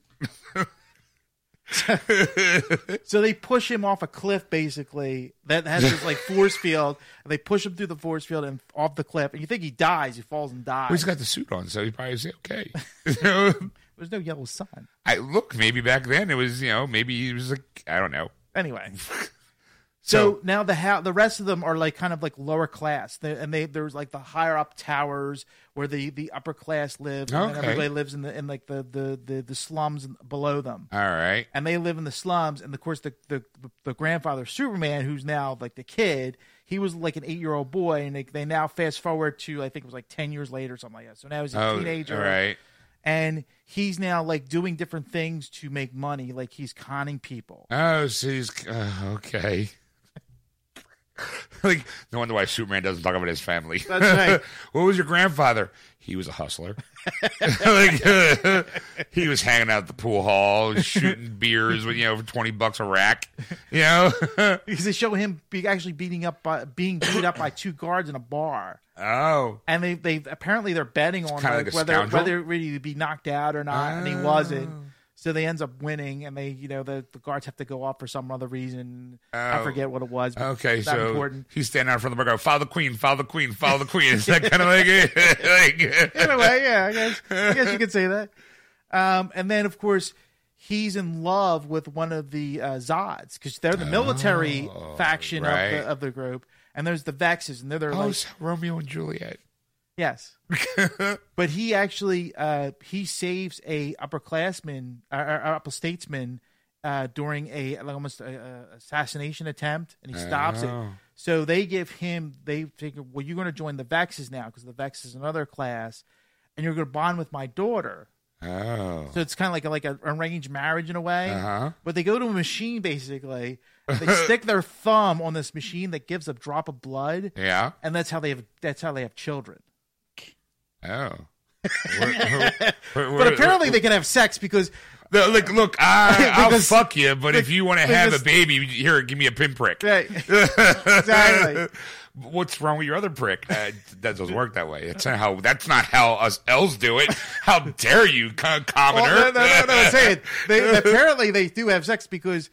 Speaker 2: So they push him off a cliff, basically. That has this like force field. And they push him through the force field and off the cliff. And you think he dies? He falls and dies.
Speaker 1: Well, he's got the suit on, so he probably is okay. [LAUGHS] You know?
Speaker 2: There's no yellow sun.
Speaker 1: I look maybe back then it was you know maybe he was like I don't know. [LAUGHS]
Speaker 2: Anyway.
Speaker 1: So-
Speaker 2: So, now the ha- the rest of them are like kind of like lower class, They- and they there's like the higher up towers where the, the upper class lives, and then
Speaker 1: Okay.
Speaker 2: everybody lives in the in like the the the, the slums below them,
Speaker 1: All right.
Speaker 2: and they live in the slums. And of course, the the, the grandfather Superman, who's now like the kid, he was like an eight year old boy, and they, they now fast forward to I think it was like ten years later or something like that. So now he's a
Speaker 1: Oh,
Speaker 2: teenager,
Speaker 1: All right.
Speaker 2: and he's now like doing different things to make money, like he's conning people.
Speaker 1: Oh, so he's uh, okay. [LAUGHS] like, no wonder why Superman doesn't talk about his family.
Speaker 2: That's right.
Speaker 1: [LAUGHS] what was your grandfather? He was a hustler. [LAUGHS] like, [LAUGHS] he was hanging out at the pool hall,
Speaker 2: [LAUGHS]
Speaker 1: shooting beers with you know for twenty bucks a rack. You know. [LAUGHS]
Speaker 2: because they show him be, actually beating up by, being beat up by two guards in a bar,
Speaker 1: oh,
Speaker 2: and they they apparently they're betting on
Speaker 1: kinda
Speaker 2: like,
Speaker 1: like a
Speaker 2: whether
Speaker 1: scoundrel? Oh.
Speaker 2: whether really he'd be knocked out or not, and he wasn't. So they ends up winning, and they you know the, the guards have to go off for some other reason. I
Speaker 1: Oh.
Speaker 2: forget what it was. But
Speaker 1: okay.
Speaker 2: it's not
Speaker 1: So
Speaker 2: important.
Speaker 1: he's standing out in front of the bar, going, "Follow the queen, follow the queen, follow the queen." Is that kind of like it? [LAUGHS] like,
Speaker 2: anyway, yeah, I guess I guess you could say that. Um, and then of course he's in love with one of the uh, Zods because they're the military faction
Speaker 1: Oh, right.
Speaker 2: of the of the group, and there's the Vexes, and they're their
Speaker 1: oh,
Speaker 2: like
Speaker 1: so Romeo and Juliet.
Speaker 2: yes.
Speaker 1: [LAUGHS]
Speaker 2: but he actually uh, he saves a upperclassman or, or upper statesman uh, during a like almost a, a assassination attempt, and he stops it.
Speaker 1: Oh.
Speaker 2: So they give him they figure, well, you're going to join the Vexes now because the Vex is another class, and you're going to bond with my daughter.
Speaker 1: Oh.
Speaker 2: So it's kind of like a, like a arranged marriage in a way.
Speaker 1: Uh-huh.
Speaker 2: But they go to a machine basically.
Speaker 1: [LAUGHS]
Speaker 2: They stick their thumb on this machine that gives a drop of blood,
Speaker 1: Yeah.
Speaker 2: and that's how they have that's how they have children.
Speaker 1: Oh. We're- we're-
Speaker 2: [LAUGHS] But
Speaker 1: we're-
Speaker 2: apparently they can have sex because
Speaker 1: No, look, look,
Speaker 2: [LAUGHS]
Speaker 1: I, I'll
Speaker 2: Because-
Speaker 1: fuck you, but if you want to have
Speaker 2: because-
Speaker 1: a baby, here, give me a pinprick.
Speaker 2: [LAUGHS] Right. [LAUGHS] exactly.
Speaker 1: What's wrong with your other prick? Uh, that doesn't work that way. That's not how. That's not how us L's do it.
Speaker 2: [LAUGHS]
Speaker 1: How dare you, co-
Speaker 2: Well,
Speaker 1: commoner?
Speaker 2: Oh, no, no, no, no.
Speaker 1: [LAUGHS]
Speaker 2: I'm saying they, apparently they do have sex because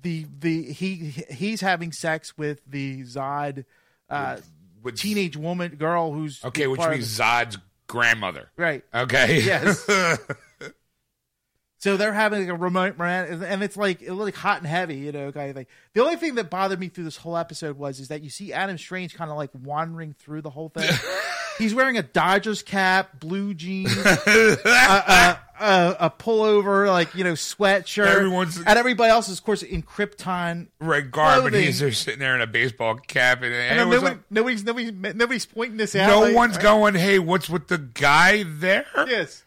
Speaker 2: the the he he's having sex with the Zod uh,
Speaker 1: With-
Speaker 2: teenage woman girl who's
Speaker 1: Okay, which
Speaker 2: part of
Speaker 1: means Zod's grandmother.
Speaker 2: the- right.
Speaker 1: Okay.
Speaker 2: Yes. So they're having like a remote ran- and it's like it like hot and heavy, you know, kind of like the only thing that bothered me through this whole episode was is that you see Adam Strange kind of like wandering through the
Speaker 1: [LAUGHS]
Speaker 2: whole thing. He's wearing a Dodgers cap,
Speaker 1: [LAUGHS]
Speaker 2: blue jeans, a, a, a, a pullover, like you know, sweatshirt.
Speaker 1: Everyone's-
Speaker 2: and everybody else is, of course, in Krypton.
Speaker 1: [LAUGHS] Red garb, and
Speaker 2: Clothing.
Speaker 1: he's there sitting there in a baseball cap, and,
Speaker 2: And
Speaker 1: and
Speaker 2: then
Speaker 1: it was
Speaker 2: Oh, nobody,
Speaker 1: like-
Speaker 2: nobody's, nobody's, nobody's pointing this out.
Speaker 1: no
Speaker 2: like-
Speaker 1: one's going. Hey, what's with the guy there?
Speaker 2: Yes.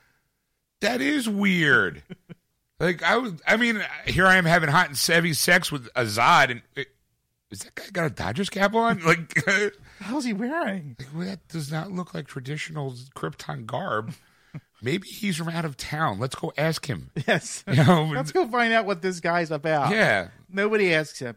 Speaker 1: that is weird. like I was, I mean, here I am having hot and savvy sex with Azad, and it, is that guy got a Dodgers cap on? Like, [LAUGHS] like,
Speaker 2: How's he wearing? [LAUGHS]
Speaker 1: well, that does not look like traditional Krypton garb. Maybe he's from out of town. Let's go ask him.
Speaker 2: Yes.
Speaker 1: You know, [LAUGHS]
Speaker 2: Let's go find out what this guy's about.
Speaker 1: yeah.
Speaker 2: Nobody
Speaker 1: [LAUGHS]
Speaker 2: asks him.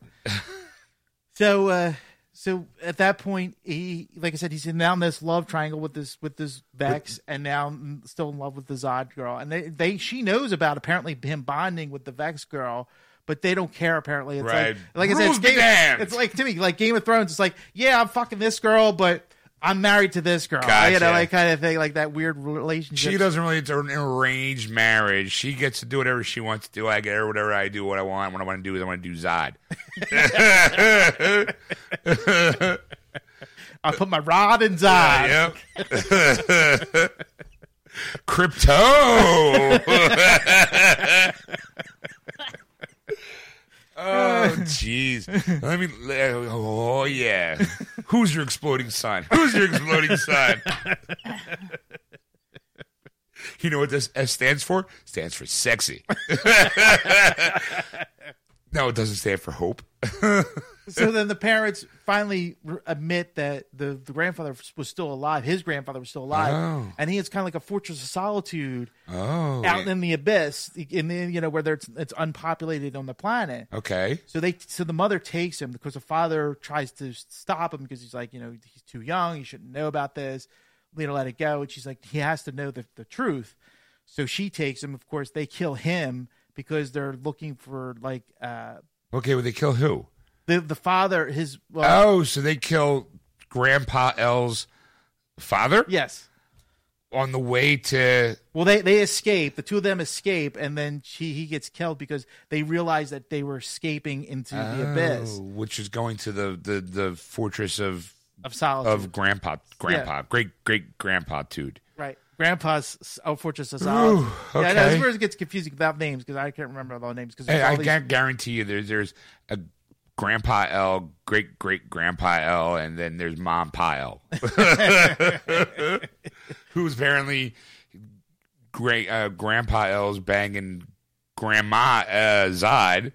Speaker 2: so uh so at that point he like I said he's now in this love triangle with this with this Vex and now mm, still in love with the Zod girl and they they she knows about apparently him bonding with the Vex girl but they don't care apparently it's
Speaker 1: Right.
Speaker 2: like like I said it's,
Speaker 1: Rules be
Speaker 2: Game-
Speaker 1: damned.
Speaker 2: it's like to me like Game of Thrones it's like yeah I'm fucking this girl but I'm married to this girl you
Speaker 1: Gotcha.
Speaker 2: know like kind of thing like that weird relationship
Speaker 1: She doesn't really. It's an arranged marriage. She gets to do whatever she wants to do. I get her whatever I do. What I want. What I want to do is I want to do Zod.
Speaker 2: I put my rod in Zod
Speaker 1: Yep. [LAUGHS] Crypto. [LAUGHS] oh, jeez. Let me. Oh, yeah. Who's your exploding son? Who's your exploding son? You know what this S stands for? Stands for sexy. [LAUGHS] no, it doesn't stand for hope.
Speaker 2: so then the parents finally r admit that the, the grandfather was still alive. His grandfather was still alive,
Speaker 1: Oh.
Speaker 2: and he is kind of like a fortress of solitude
Speaker 1: Oh.
Speaker 2: out in the abyss, in the you know where there's it's unpopulated on the planet.
Speaker 1: Okay.
Speaker 2: So they so the mother takes him because the father tries to stop him because he's like you know he's too young, he shouldn't know about this. Later, let it go, and she's like he has to know the, the truth. So she takes him. Of course, they kill him because they're looking for like uh,
Speaker 1: Okay, well, they kill who?
Speaker 2: the the father his well,
Speaker 1: Oh, so they kill Grandpa L's father
Speaker 2: yes.
Speaker 1: on the way to.
Speaker 2: Well, they they escape. The two of them escape, and then she he gets killed because they realize that they were escaping into the abyss
Speaker 1: Oh, which is going to the, the, the fortress of
Speaker 2: of solitude.
Speaker 1: of Grandpa Grandpa great great Grandpa Tude.
Speaker 2: right, Grandpa's s- oh, fortress of solitude. Yeah, I know,
Speaker 1: okay.
Speaker 2: this is where it gets confusing without names because I can't remember all the names. Because
Speaker 1: Hey, I can guarantee you there's there's a Grandpa L, great great Grandpa L, and then there's Mom Pa L, [LAUGHS] who's apparently great uh, Grandpa L's banging Grandma uh, Zod,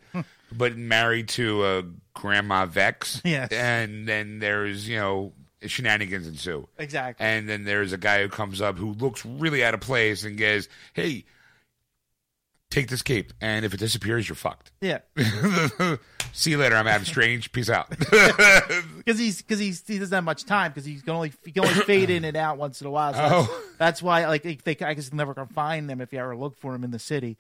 Speaker 1: but married to uh, Grandma Vex.
Speaker 2: Yes.
Speaker 1: And then there's, you know, shenanigans ensue.
Speaker 2: Exactly.
Speaker 1: And then there's a guy who comes up who looks really out of place and goes, hey, take this cape. And if it disappears, you're fucked.
Speaker 2: yeah.
Speaker 1: See you later. I'm Adam Strange. Peace out. [LAUGHS]
Speaker 2: because he's because he's he doesn't have much time because he's can only
Speaker 1: [COUGHS]
Speaker 2: he can only fade in and out once in a while. So
Speaker 1: Oh.
Speaker 2: that's, that's why like if they I guess never gonna find them if you ever look for him in the city.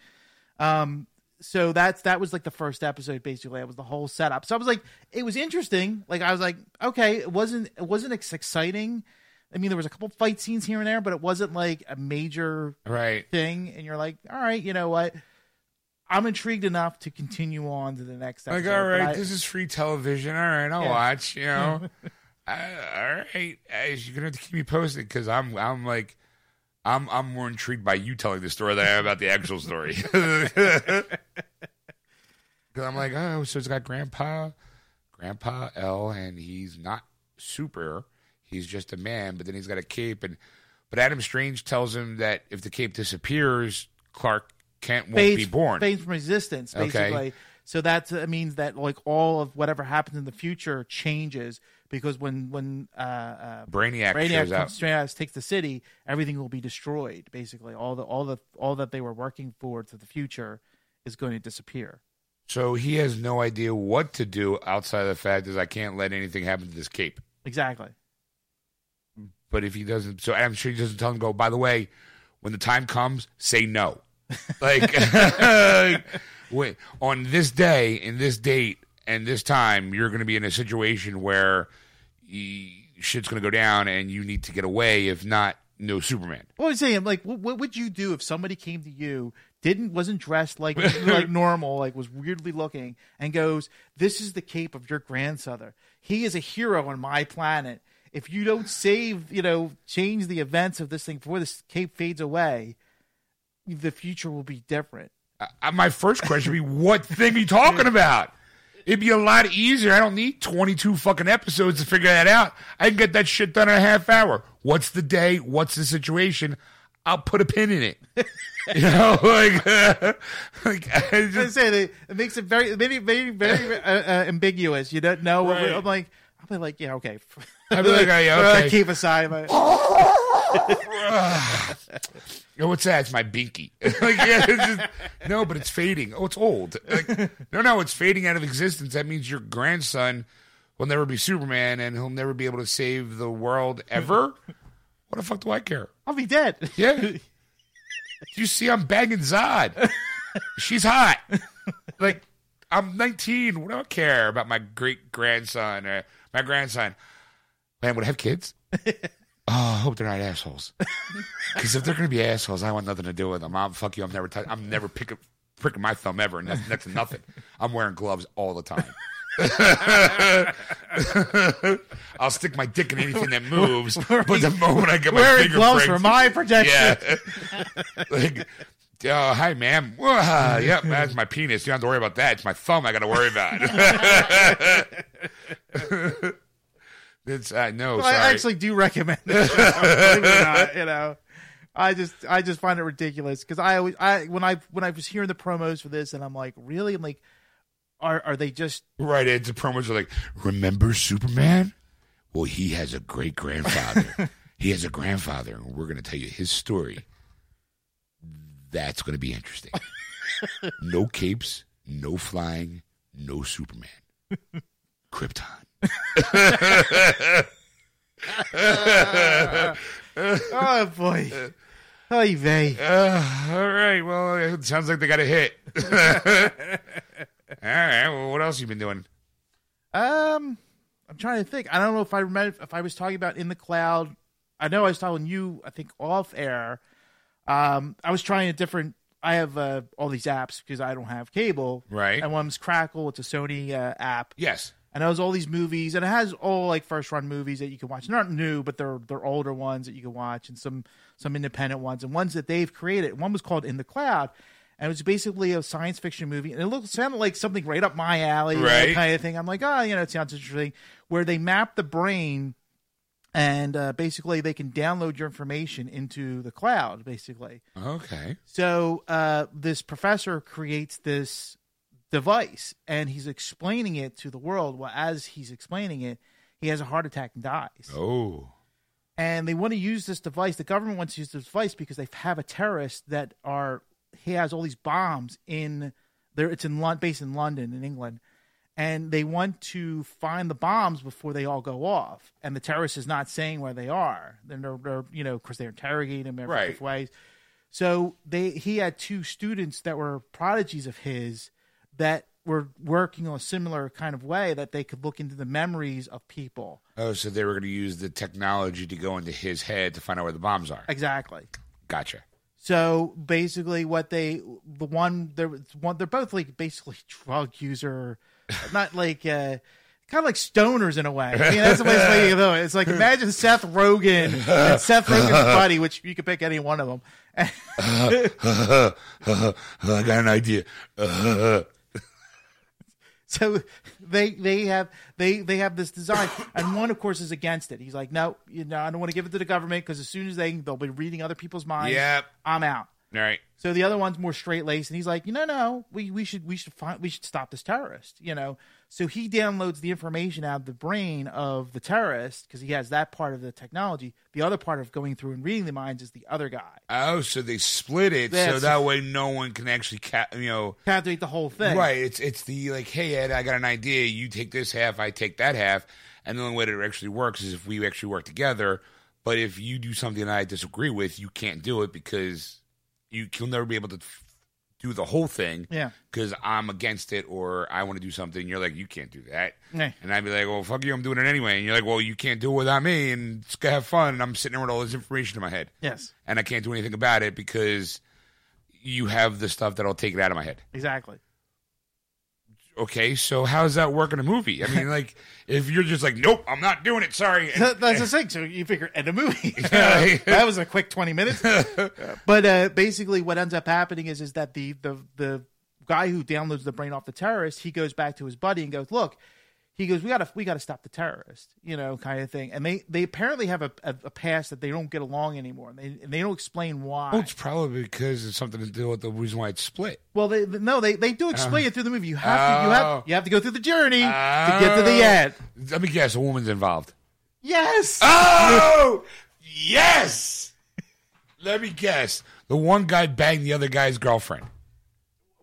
Speaker 2: Um, so that's that was like the first episode basically. It was the whole setup. So I was like, it was interesting. Like I was like, okay, it wasn't it wasn't ex- exciting. I mean, there was a couple fight scenes here and there, but it wasn't like a major
Speaker 1: right.
Speaker 2: thing. And you're like, all right, you know what? I'm intrigued enough to continue on to the next
Speaker 1: Like,
Speaker 2: episode.
Speaker 1: all
Speaker 2: but
Speaker 1: right,
Speaker 2: I-
Speaker 1: this is free television. All right, I'll
Speaker 2: Yeah.
Speaker 1: watch. You know,
Speaker 2: [LAUGHS]
Speaker 1: I, all right, uh, you're gonna have to keep me posted because I'm, I'm like, I'm, I'm more intrigued by you telling the story than I am about the actual story. [LAUGHS] Because I'm like, oh, so it's got Grandpa, Grandpa L, and he's not super. He's just a man, but then he's got a cape, and but Adam Strange tells him that if the cape disappears, Clark Kent won't be
Speaker 2: fades,
Speaker 1: born.
Speaker 2: fades from existence,
Speaker 1: Okay.
Speaker 2: basically. So that uh, means that like all of whatever happens in the future changes because when when uh, uh,
Speaker 1: Brainiac,
Speaker 2: Brainiac
Speaker 1: shows up.
Speaker 2: comes, straight out, takes the city, everything will be destroyed. Basically, all the all the all that they were working for to the future is going to disappear.
Speaker 1: So he has no idea what to do outside of the fact is I can't let anything happen to this cape.
Speaker 2: Exactly.
Speaker 1: But if he doesn't, so I'm sure he doesn't tell him. Go. By the way, when the time comes, say no. Like, [LAUGHS] wait, on this day, in this date, and this time, you're going to be in a situation where y shit's going to go down, and you need to get away. If not, no Superman.
Speaker 2: What was saying? Like, what, what would you do if somebody came to you, didn't wasn't
Speaker 1: [LAUGHS]
Speaker 2: dressed like like normal, like was weirdly looking, and goes, "This is the cape of your grandson. He is a hero on my planet. If you don't save, you know, change the events of this thing before this cape fades away, the future will be
Speaker 1: [LAUGHS]
Speaker 2: different."
Speaker 1: I, Uh, my first question would be, what thing are you talking about? It'd be a lot easier. I don't need 22 fucking episodes to figure that out. I can get that shit done in a half hour. What's the day? What's the situation? I'll put a pin in it. [LAUGHS] you know, [LAUGHS] like, [LAUGHS] like I
Speaker 2: I
Speaker 1: just,
Speaker 2: say that it makes it very, very, very, very uh, uh, ambiguous. You don't know. what
Speaker 1: Right.
Speaker 2: I'm like, I'll be like, yeah, okay.
Speaker 1: I'd be like, oh,
Speaker 2: [LAUGHS]
Speaker 1: yeah,
Speaker 2: Uh,
Speaker 1: okay.
Speaker 2: Keep aside. but-
Speaker 1: "Oh, what's that? It's my binky. [LAUGHS] like, yeah, it's just- no, but it's fading. Oh, it's old. Like, no, no, it's fading out of existence. That means your grandson will never be Superman and he'll never be able to save the world ever. what the fuck do I care?
Speaker 2: I'll be dead.
Speaker 1: Yeah. you see, I'm banging
Speaker 2: [LAUGHS]
Speaker 1: Zod. She's hot. Like, I'm 19. What do I care about my great grandson or my grandson? Man, would I have
Speaker 2: [LAUGHS]
Speaker 1: kids? Oh, I hope they're not assholes. Because if they're going to be assholes, I want nothing to do with them. I'm fuck you. I'm never. T- I'm never picking pricking my thumb ever, and that's next to nothing. I'm wearing gloves all the
Speaker 2: [LAUGHS]
Speaker 1: time. [LAUGHS] I'll stick my dick in anything that moves, but the moment I get [LAUGHS] my
Speaker 2: Wearing
Speaker 1: finger
Speaker 2: gloves
Speaker 1: pricked-
Speaker 2: for my protection. [LAUGHS]
Speaker 1: yeah. like, oh, hi, ma'am. Wah, yep, that's my penis. You don't have to worry about that. It's my thumb I got to worry about. [LAUGHS] it's, uh, no,
Speaker 2: Well,
Speaker 1: sorry.
Speaker 2: I actually do recommend it. Believe it or not, you know, I just I just find it ridiculous because I always I when I when I was hearing the promos for this and I'm like really I'm like are are they
Speaker 1: [LAUGHS]
Speaker 2: just
Speaker 1: right, it's the promos are like, remember Superman? Well, he has a great
Speaker 2: [LAUGHS]
Speaker 1: grandfather. he has a grandfather, and we're going to tell you his story. That's going to be
Speaker 2: [LAUGHS]
Speaker 1: interesting. no capes, no flying, no Superman. Krypton.
Speaker 2: oh boy Oh, oy vey.
Speaker 1: Uh, all right. Well, it sounds like they got a hit. [LAUGHS] all right. Well, what else you been doing?
Speaker 2: um I'm trying to think I don't know if I remember if I was talking about in the cloud I know I was telling you I think off air um I was trying a different I have uh, all these apps because I don't have cable
Speaker 1: Right.
Speaker 2: and one's Crackle it's a Sony uh, app
Speaker 1: Yes.
Speaker 2: and it has all these movies, and it has all like first run movies that you can watch. They aren't new, but they're they're older ones that you can watch, and some some independent ones, and ones that they've created. One was called In the Cloud, and it was basically a science fiction movie, and it looked sounded like something right up my alley, you know,
Speaker 1: Right.
Speaker 2: kind of thing. I'm like, oh, you know, it sounds interesting. Where they map the brain, and uh, basically they can download your information into the cloud, basically.
Speaker 1: Okay.
Speaker 2: So uh, this professor creates this device and he's explaining it to the world. Well, as he's explaining it, he has a heart attack and dies.
Speaker 1: Oh.
Speaker 2: And they want to use this device. The government wants to use this device because they have a terrorist that are he has all these bombs in there. It's in Lon- based in London in England, and they want to find the bombs before they all go off. And the terrorist is not saying where they are. Then they're, they're you know because they're interrogating him every
Speaker 1: Right.
Speaker 2: different ways. So they he had two students that were prodigies of his that were working on a similar kind of way that they could look into the memories of people.
Speaker 1: Oh, so they were going to use the technology to go into his head to find out where the bombs are.
Speaker 2: Exactly.
Speaker 1: Gotcha.
Speaker 2: So basically, what they the one they're one they're both like basically [LAUGHS] drug user, not like uh, kind of like stoners in a way. I mean, that's the best way you do it. It's like imagine Seth Rogen and Seth Rogen's buddy, which you could pick any one of them.
Speaker 1: [LAUGHS] I got an idea. Uh,
Speaker 2: so they they have they they have this design and one of course is against it he's like no you know i don't want to give it to the government because as soon as they they'll be reading other people's minds
Speaker 1: Yep.
Speaker 2: i'm out
Speaker 1: All right.
Speaker 2: so the other one's more straight laced and he's like no no we, we should we should find we should stop this terrorist you know so he downloads the information out of the brain of the terrorist because he has that part of the technology the other part of going through and reading the minds is the other guy
Speaker 1: Oh, so they split it so
Speaker 2: That's-
Speaker 1: that way no one can actually, ca- you know.
Speaker 2: calculate the whole thing
Speaker 1: Right. It's it's the like, hey Ed, I got an idea. You take this half, I take that half, and the only way that it actually works is if we actually work together. But if you do something that I disagree with, you can't do it because you, you'll never be able to f- do the whole thing.
Speaker 2: Yeah.
Speaker 1: Because I'm against it, or I want to do something. You're like, you can't do that.
Speaker 2: Yeah.
Speaker 1: And I'd be like, well, fuck you, I'm doing it anyway. And you're like, well, you can't do it without me, and just go have fun. And I'm sitting there with all this information in my head,
Speaker 2: yes
Speaker 1: and I can't do anything about it because you have the stuff that'll take it out of my head
Speaker 2: exactly
Speaker 1: okay, so how's that work in a movie? I mean, like, if you're just like, nope, I'm not doing it, sorry.
Speaker 2: [LAUGHS]
Speaker 1: And-
Speaker 2: That- That's the thing. So you figure end a movie.
Speaker 1: [LAUGHS] Yeah.
Speaker 2: [LAUGHS] that was a quick twenty
Speaker 1: [LAUGHS]
Speaker 2: minutes. but uh, basically, what ends up happening is is that the the the guy who downloads the brain off the terrorist, he goes back to his buddy and goes, "Look." He goes, we gotta, we gotta stop the terrorist, you know, kind of thing. And they, they apparently have a, a, a past that they don't get along anymore, and they, and they don't explain why.
Speaker 1: well, it's probably because it's something to do with the reason why it's split.
Speaker 2: Well, they, they- no, they, they do explain it through the movie. You have to, you have,
Speaker 1: Uh. Oh.
Speaker 2: you have to go through the journey to get to the end.
Speaker 1: Let me guess, a woman's involved.
Speaker 2: Yes,
Speaker 1: Oh, yes. Let me guess, the one guy banged the other guy's girlfriend.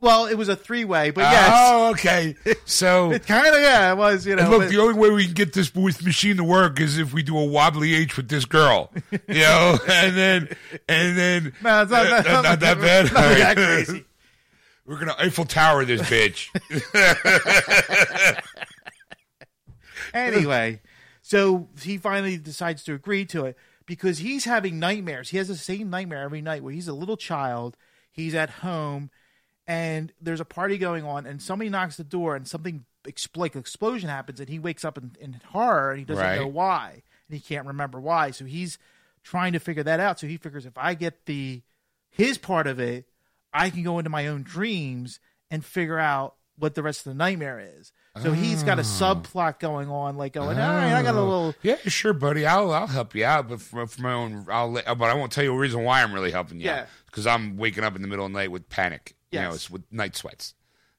Speaker 2: well, it was a three way, but yes,
Speaker 1: Oh, okay. So.
Speaker 2: it kind of yeah, it was, you know.
Speaker 1: And look,
Speaker 2: but-
Speaker 1: the only way we can get this with machine to work is if we do a wobbly H with this girl, you know, and then and then
Speaker 2: No, it's not-
Speaker 1: Uh,
Speaker 2: not-
Speaker 1: not that bad.
Speaker 2: [LAUGHS] not that
Speaker 1: All right.
Speaker 2: crazy.
Speaker 1: We're gonna Eiffel Tower this bitch.
Speaker 2: anyway, so he finally decides to agree to it because he's having nightmares. He has the same nightmare every night where he's a little child, he's at home, and there's a party going on, and somebody knocks the door, and something ex- like an explosion happens, and he wakes up in, in horror, and he doesn't
Speaker 1: Right.
Speaker 2: know why, and he can't remember why. So he's trying to figure that out. So he figures if I get the his part of it, I can go into my own dreams and figure out what the rest of the nightmare is. So he's
Speaker 1: Ah.
Speaker 2: got a subplot going on, like going, all right, I got a little.
Speaker 1: Oh. yeah, sure, buddy. I'll I'll help you out, but for, for my own, I'll let, but I won't tell you a reason why I'm really helping you.
Speaker 2: Yeah.
Speaker 1: because I'm waking up in the middle of the night with panic. You know,
Speaker 2: Yes.
Speaker 1: it's with night sweats.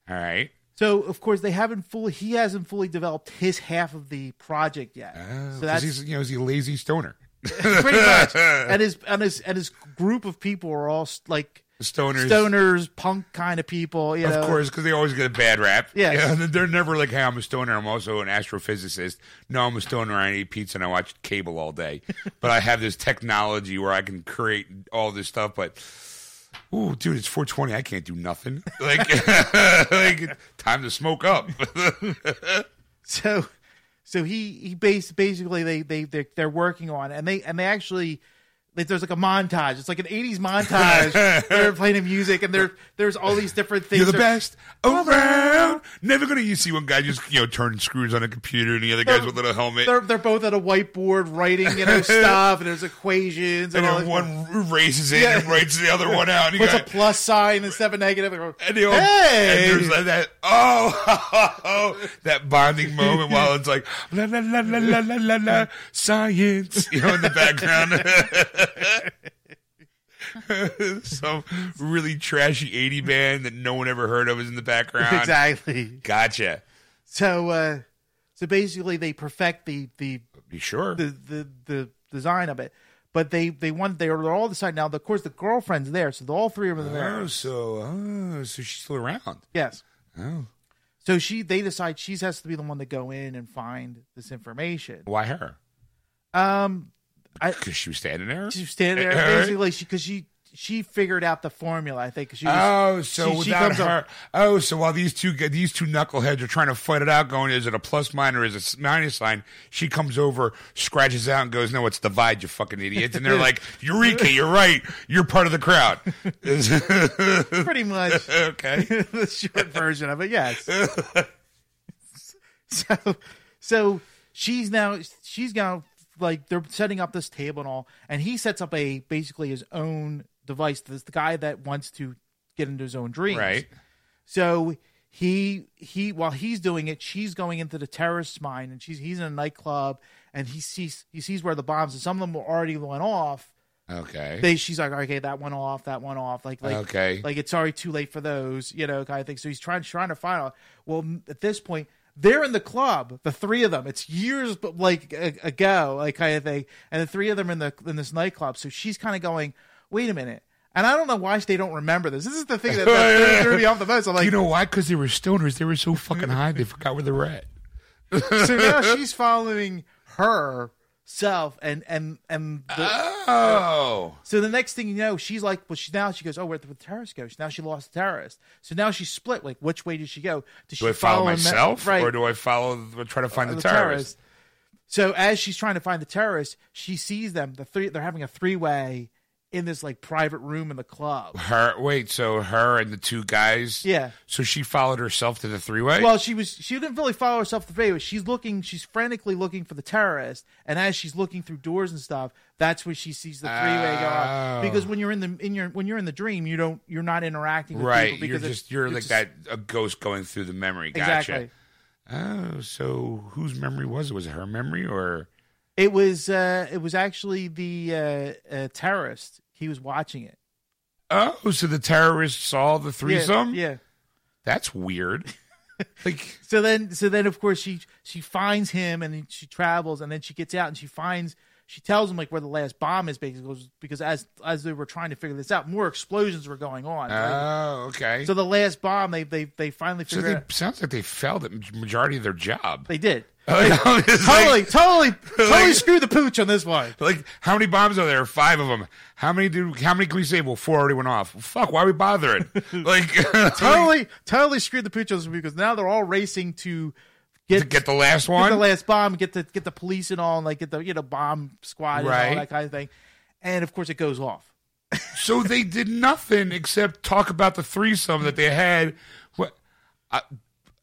Speaker 1: All right.
Speaker 2: So of course they haven't fully. He hasn't fully developed his half of the project yet. so
Speaker 1: Because
Speaker 2: that's
Speaker 1: Ah, Uh, he's you know is he a lazy stoner?
Speaker 2: pretty
Speaker 1: [LAUGHS]
Speaker 2: much. and his and his and his group of people are all s- like
Speaker 1: Stoners.
Speaker 2: stoners, punk kind of people. You
Speaker 1: Of
Speaker 2: know?
Speaker 1: course, because they always get a bad rap.
Speaker 2: Yes.
Speaker 1: Yeah, they're never like, "Hey, I'm a stoner. I'm also an astrophysicist." No, I'm a stoner. I eat pizza and I watch cable all
Speaker 2: [LAUGHS]
Speaker 1: day. but I have this technology where I can create all this stuff. But, ooh, dude, it's 4:20. I can't do
Speaker 2: [LAUGHS]
Speaker 1: nothing. Like, [LAUGHS] like time to smoke up.
Speaker 2: so so he he base basically they they they're, they're working on it and they and they actually like, there's like a montage it's like an
Speaker 1: [LAUGHS]
Speaker 2: 80s montage they're playing the music and there there's all these different things
Speaker 1: You're the
Speaker 2: They're-
Speaker 1: best around. Never gonna you see one guy just you know turning screws on a computer and the other guy's with a little helmet.
Speaker 2: they're, they're both at a whiteboard writing you
Speaker 1: [LAUGHS]
Speaker 2: know stuff and there's equations and,
Speaker 1: and
Speaker 2: all
Speaker 1: then
Speaker 2: this-
Speaker 1: one raises it and
Speaker 2: Yeah.
Speaker 1: writes the other one
Speaker 2: [LAUGHS]
Speaker 1: out. And you
Speaker 2: what's a
Speaker 1: got-
Speaker 2: plus sign instead of a negative
Speaker 1: And they all,
Speaker 2: hey
Speaker 1: and there's
Speaker 2: [LAUGHS]
Speaker 1: like that oh [LAUGHS] that bonding moment while it's like la la la la la la la la science you know in the background. [LAUGHS] Some really trashy 80 band that no one ever heard of is in the background.
Speaker 2: exactly.
Speaker 1: Gotcha.
Speaker 2: So uh, so basically, they perfect the the
Speaker 1: You sure?
Speaker 2: the the, the design of it. But they they want they are all decided now. Of course, the girlfriend's there, so the, all three of them are there.
Speaker 1: oh, so oh, so she's still around.
Speaker 2: Yes.
Speaker 1: Oh,
Speaker 2: So she they decide she has to be the one to go in and find this information.
Speaker 1: why her?
Speaker 2: Um, I-
Speaker 1: Because she was standing there.
Speaker 2: she was standing there
Speaker 1: Alright.
Speaker 2: basically she because she she figured out the formula. I think 'cause she was,
Speaker 1: Oh, so
Speaker 2: she- she
Speaker 1: without
Speaker 2: comes
Speaker 1: her.
Speaker 2: up-
Speaker 1: Oh, so while these two gu- these two knuckleheads are trying to fight it out, going, is it a plus sign or is it s- minus sign? She comes over, scratches out, and goes, "No, it's divide, you fucking idiots!" And they're
Speaker 2: [LAUGHS]
Speaker 1: like, "Eureka! You're right. You're part of the crowd."
Speaker 2: pretty much
Speaker 1: okay.
Speaker 2: [LAUGHS] the short version of it. Yes. so so she's now she's now like they're setting up this table and all, and he sets up a basically his own device. This the guy that wants to get into his own dreams,
Speaker 1: Right.
Speaker 2: So he he while he's doing it, she's going into the terrorist's mind, and she's he's in a nightclub, and he sees he sees where the bombs and some of them were already went off.
Speaker 1: Okay.
Speaker 2: They she's like, okay, that went off, that went off, like like
Speaker 1: Okay.
Speaker 2: like it's already too late for those, you know, kind of thing. So he's trying trying to find out. Well, m- at this point. They're in the club, the three of them. It's years but like a- ago, like kind of thing, and the three of them in the in this nightclub. So she's kind of going, "Wait a minute," and I don't know why they don't remember this. This is the thing
Speaker 1: [LAUGHS]
Speaker 2: that, that threw me off the most. I'm like,
Speaker 1: you know why? Because they were stoners. They were so fucking high they forgot where they were at. [LAUGHS]
Speaker 2: so now she's following her self and and and the,
Speaker 1: Oh.
Speaker 2: so the next thing you know she's like well she's now she goes oh where did the terrorist go now she lost the terrorist so now she's split like which way did she go did she
Speaker 1: Do I follow
Speaker 2: him-
Speaker 1: myself,
Speaker 2: right
Speaker 1: or do I follow try to find
Speaker 2: or
Speaker 1: the, terrorist?
Speaker 2: so as she's trying to find the terrorist she sees them the three they're having a three-way in this like private room in the club
Speaker 1: Her wait, so her and the two guys.
Speaker 2: Yeah.
Speaker 1: So she followed herself to the three way.
Speaker 2: Well, she was she didn't really follow herself to the video. She's looking, she's frantically looking for the terrorist, and as she's looking through doors and stuff, that's where she sees the freeway go
Speaker 1: Oh.
Speaker 2: on. Because when you're in the in your when you're in the dream, you don't you're not interacting with
Speaker 1: right.
Speaker 2: people
Speaker 1: You're
Speaker 2: because it's-
Speaker 1: just you're like
Speaker 2: just-
Speaker 1: that a ghost going through the memory. Gotcha.
Speaker 2: Exactly.
Speaker 1: Oh, so whose memory was it? Was it her memory or
Speaker 2: It was uh it was actually the uh, uh terrorist. He was watching it.
Speaker 1: Oh, so the terrorist saw the
Speaker 2: Yeah,
Speaker 1: threesome?
Speaker 2: yeah.
Speaker 1: That's
Speaker 2: [LAUGHS]
Speaker 1: weird. like
Speaker 2: So then, so then, of course, she she finds him, and then she travels, and then she gets out, and she finds. She tells him like where the last bomb is, basically, because as as they were trying to figure this out, more explosions were going on.
Speaker 1: Oh, okay.
Speaker 2: So the last bomb, they they they finally
Speaker 1: So
Speaker 2: figured
Speaker 1: they
Speaker 2: out.
Speaker 1: sounds like they failed at majority of their job.
Speaker 2: They did
Speaker 1: It's [LAUGHS] like-
Speaker 2: totally, totally, totally
Speaker 1: like-
Speaker 2: screwed the pooch on this one.
Speaker 1: Like, how many bombs are there? Five of them. How many do? How many can we say? Well, four already went off. Fuck. Why are we
Speaker 2: [LAUGHS]
Speaker 1: bothering? like, [LAUGHS]
Speaker 2: Totally, totally screwed the pooch on this one because now they're all racing to get
Speaker 1: to get the last
Speaker 2: get
Speaker 1: one.
Speaker 2: the last bomb, get the get the police and all, and like get the you know bomb squad and
Speaker 1: Right.
Speaker 2: all that kind of thing. And of course, it goes off.
Speaker 1: so they did nothing except talk about the threesome that they had. What?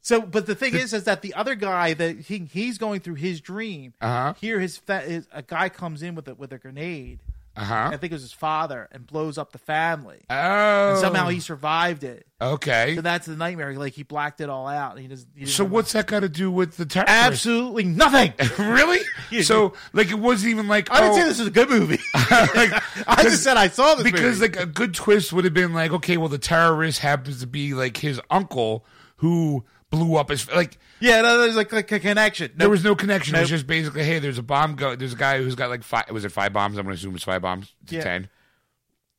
Speaker 2: So, but the thing is, is that the other guy that he he's going through his dream.
Speaker 1: Uh-huh.
Speaker 2: Here, his, fa- his a guy comes in with a with a grenade.
Speaker 1: Uh huh.
Speaker 2: I think it was his father, and blows up the family.
Speaker 1: Oh.
Speaker 2: And somehow he survived it.
Speaker 1: Okay.
Speaker 2: So that's the nightmare. Like he blacked it all out. He doesn't. he didn't
Speaker 1: So
Speaker 2: remember.
Speaker 1: what's that got to do with the terrorist?
Speaker 2: Absolutely nothing.
Speaker 1: [LAUGHS] really?
Speaker 2: Yeah.
Speaker 1: So like it wasn't even like
Speaker 2: I didn't
Speaker 1: oh,
Speaker 2: say this was a
Speaker 1: [LAUGHS]
Speaker 2: good movie.
Speaker 1: like,
Speaker 2: I just said I saw this
Speaker 1: because
Speaker 2: movie.
Speaker 1: like a good twist would have been like okay well the terrorist happens to be like his uncle who blew up his like
Speaker 2: yeah, no, there's like, like a connection.
Speaker 1: There
Speaker 2: No,
Speaker 1: was no connection. It was
Speaker 2: Nope.
Speaker 1: just basically, hey, there's a bomb. Go. There's a guy who's got like five. Was it five bombs? I'm gonna assume it's five bombs. To
Speaker 2: Yeah.
Speaker 1: Ten.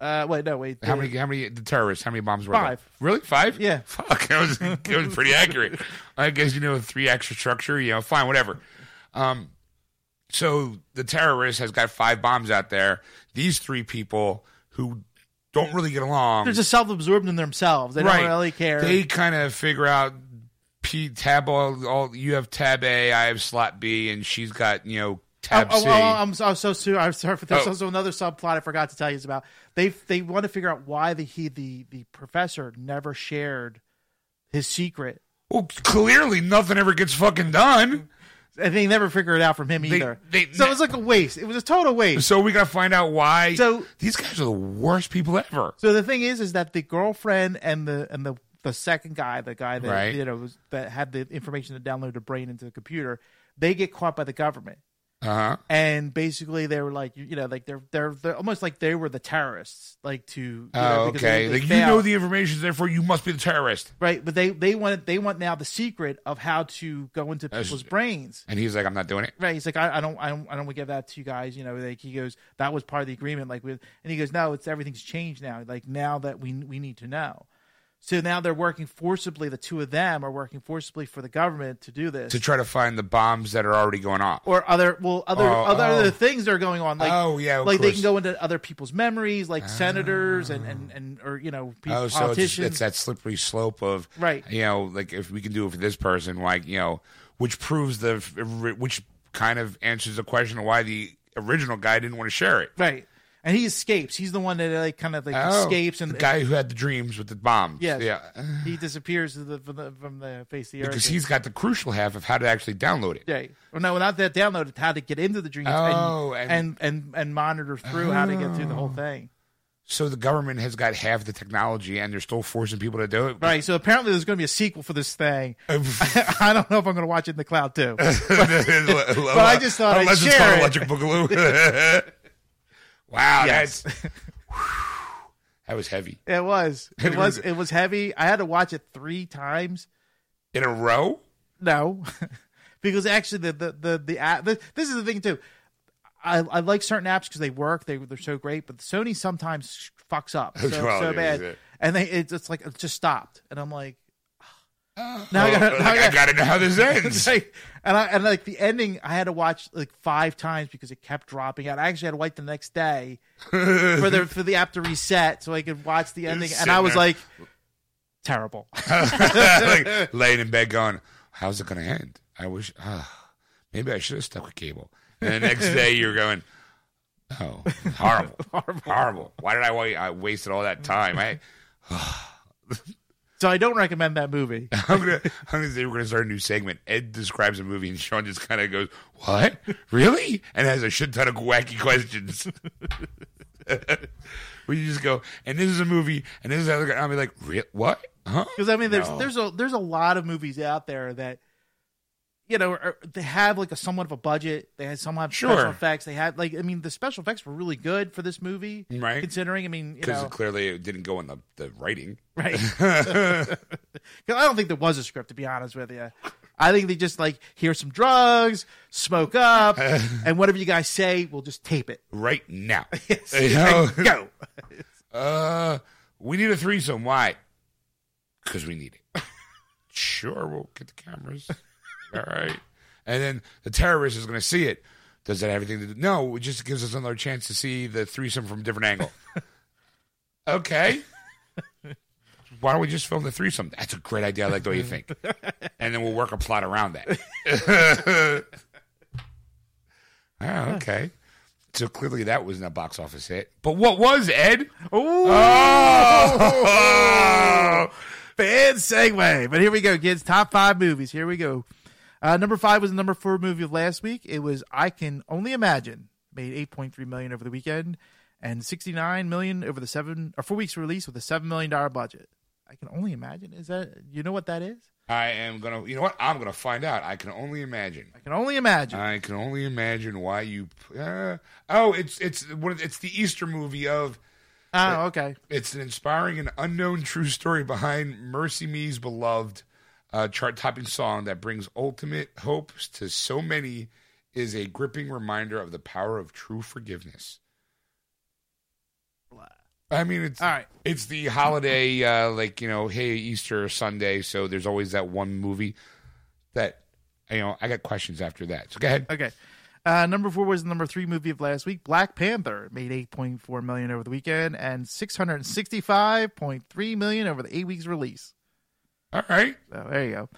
Speaker 2: uh, wait, no, wait.
Speaker 1: How
Speaker 2: the-
Speaker 1: many? How many? The terrorists. How many bombs were there?
Speaker 2: Five.
Speaker 1: Really? Five?
Speaker 2: Yeah.
Speaker 1: Fuck. That was that was pretty accurate. I guess you know three extra structure. You know, fine, whatever. Um, so the terrorist has got five bombs out there. These three people who don't really get along.
Speaker 2: They're just self-absorbed in themselves. They don't really care.
Speaker 1: They kind of figure out P tab all, all you have tab A, I have slot B, and she's got you know
Speaker 2: Oh,
Speaker 1: tab
Speaker 2: oh,
Speaker 1: C.
Speaker 2: oh, I'm so, I'm so sorry. I'm sorry, but there's
Speaker 1: Oh.
Speaker 2: also another subplot I forgot to tell you about. They they want to figure out why the he the the professor never shared his secret,
Speaker 1: Well, clearly nothing ever gets fucking done.
Speaker 2: and they never figure it out from him either.
Speaker 1: they-
Speaker 2: so it was like a waste. It was a total waste.
Speaker 1: So we gotta find out why.
Speaker 2: So-
Speaker 1: these guys are the worst people ever.
Speaker 2: So the thing is, is that the girlfriend and the and the the second guy, the guy that
Speaker 1: Right.
Speaker 2: you know was, that had the information to download the brain into the computer, they get caught by the government.
Speaker 1: Uh-huh.
Speaker 2: and basically they were like you, you know like they're, they're they're almost like they were the terrorists like to you
Speaker 1: Oh,
Speaker 2: know, because they-
Speaker 1: okay.
Speaker 2: they
Speaker 1: Like you
Speaker 2: failed,
Speaker 1: know the information, therefore you must be the terrorist.
Speaker 2: right but they they want they want now the secret of how to go into
Speaker 1: That's-
Speaker 2: people's brains
Speaker 1: And he's like, I'm not doing it.
Speaker 2: right he's like I, I don't I don't I don't want to give that to you guys you know like he goes that was part of the agreement like with and he goes no it's everything's changed now like now that we we need to know so now they're working forcibly the two of them are working forcibly for the government to do this
Speaker 1: To try to find the bombs that are already going off.
Speaker 2: or other well other
Speaker 1: Oh,
Speaker 2: other,
Speaker 1: oh.
Speaker 2: other things that are going on like
Speaker 1: Oh, yeah, of
Speaker 2: like they
Speaker 1: course.
Speaker 2: can go into other people's memories like senators and, and and or you know people,
Speaker 1: Oh, so it's,
Speaker 2: politicians
Speaker 1: it's that slippery slope of
Speaker 2: Right.
Speaker 1: You know, like if we can do it for this person, like you know, which proves the which kind of answers the question of why the original guy didn't want to share it.
Speaker 2: right and he escapes he's the one that like kind of like escapes and
Speaker 1: the guy who had the dreams with the bombs.
Speaker 2: Yes.
Speaker 1: Oh, Yeah,
Speaker 2: he disappears to the, from the from the face of the
Speaker 1: because
Speaker 2: earth
Speaker 1: he's got the crucial half of how to actually download it.
Speaker 2: yeah. Well, no, not that download. How to get into the dreams
Speaker 1: Oh, and- Oh.
Speaker 2: and, and and and monitor through how to get through the whole thing.
Speaker 1: So the government has got half the technology, and they're still forcing people to do it. [LAUGHS]
Speaker 2: Right. So apparently, there's going to be a sequel for this thing. [LAUGHS] I don't know if I'm going to watch it in the cloud too.
Speaker 1: but
Speaker 2: I just thought I'd
Speaker 1: unless it's
Speaker 2: share
Speaker 1: called
Speaker 2: it.
Speaker 1: Electric Boogaloo. [LAUGHS] wow,
Speaker 2: Yes.
Speaker 1: that's that was heavy [LAUGHS]
Speaker 2: It was. It was. It was heavy. I had to watch it three times.
Speaker 1: in a row.
Speaker 2: No, [LAUGHS] because actually the the the, the app. th- This is the thing too. I, I like certain apps because they work. They they're so great. But Sony sometimes
Speaker 1: [LAUGHS]
Speaker 2: fucks up so,
Speaker 1: Well,
Speaker 2: so
Speaker 1: yeah,
Speaker 2: bad,
Speaker 1: yeah.
Speaker 2: and they it's, it's like it just stopped. And
Speaker 1: [SIGHS]
Speaker 2: I'm like, [SIGHS]
Speaker 1: Oh,
Speaker 2: Now I gotta-
Speaker 1: like,
Speaker 2: now I
Speaker 1: I
Speaker 2: gotta-
Speaker 1: gotta know how this
Speaker 2: it's [LAUGHS]
Speaker 1: ends. [LAUGHS]
Speaker 2: like- and I and like the ending, I had to watch like five times because it kept dropping out. I actually had to wait the
Speaker 1: [LAUGHS]
Speaker 2: next day for the for the app to reset so I could watch the ending. And I
Speaker 1: sitting
Speaker 2: was
Speaker 1: there.
Speaker 2: like, terrible. [LAUGHS]
Speaker 1: like laying in bed going, how's it gonna end? I wish, ah, maybe I should have stuck with cable. And the next day you're going, oh,
Speaker 2: [LAUGHS]
Speaker 1: horrible, horrible, Why did I wait? I wasted all that time. I,
Speaker 2: So I don't recommend that movie.
Speaker 1: I'm gonna, I'm gonna say we're gonna start a new segment. Ed describes a movie, and Sean just kind of goes, "What? Really?" and has a shit ton of wacky questions. [LAUGHS] we just go, and this is a movie, and this is how they're gonna. I'll be like, "Re- "What? Huh?"
Speaker 2: Because I mean, there's
Speaker 1: No.
Speaker 2: there's a there's a lot of movies out there that you know are, they have like a somewhat of a budget. They had somewhat
Speaker 1: Sure.
Speaker 2: special effects. They had like I mean, the special effects were really good for this movie,
Speaker 1: Right.
Speaker 2: Considering, I mean, you
Speaker 1: Because
Speaker 2: know,
Speaker 1: clearly it didn't go in the, the writing.
Speaker 2: right? [LAUGHS] 'Cause I don't think there was a script to be honest with you. I think they just like here's some drugs, smoke [LAUGHS] up, and whatever you guys say, we'll just tape [LAUGHS] it.
Speaker 1: [LAUGHS] right now.
Speaker 2: Yes.
Speaker 1: You know?
Speaker 2: Go.
Speaker 1: uh, we need a threesome. Why? Because we need it. [LAUGHS] sure, we'll get the cameras. All right. And then the terrorist is going to see it. Does that have anything to do? No, it just gives us another chance to see the threesome from a different angle. okay. Why don't we just film the threesome? That's a great idea. I like the way you think. And then we'll work a plot around that. [LAUGHS] oh, okay. So clearly that wasn't a box office hit. But what was, Ed?
Speaker 2: Ooh,
Speaker 1: Oh!
Speaker 2: bad segue. But here we go, kids. Top five movies. Here we go. Uh, number five was the number four movie of last week. It was I Can Only Imagine. Made eight point three million over the weekend and sixty nine million over the seven or four weeks release with a seven million dollar budget. I can only imagine. Is that you know what that is?
Speaker 1: I am gonna. You know what? I'm gonna find out. I can only imagine.
Speaker 2: I can only imagine.
Speaker 1: I can only imagine why you. Uh, oh, it's it's one. of- It's the Easter movie of.
Speaker 2: oh, okay.
Speaker 1: It's an inspiring and unknown true story behind Mercy Me's beloved uh, chart-topping song that brings ultimate hopes to so many. Is a gripping reminder of the power of true forgiveness. I mean, it's
Speaker 2: All right.
Speaker 1: it's the holiday, uh, like you know, hey Easter Sunday. So there's always that one movie that you know. I got questions after that. So go ahead.
Speaker 2: Okay. Uh, number four was the number three movie of last week. Black Panther made eight point four million over the weekend and six hundred and sixty five point three million over the eight weeks release.
Speaker 1: All right.
Speaker 2: So there you go.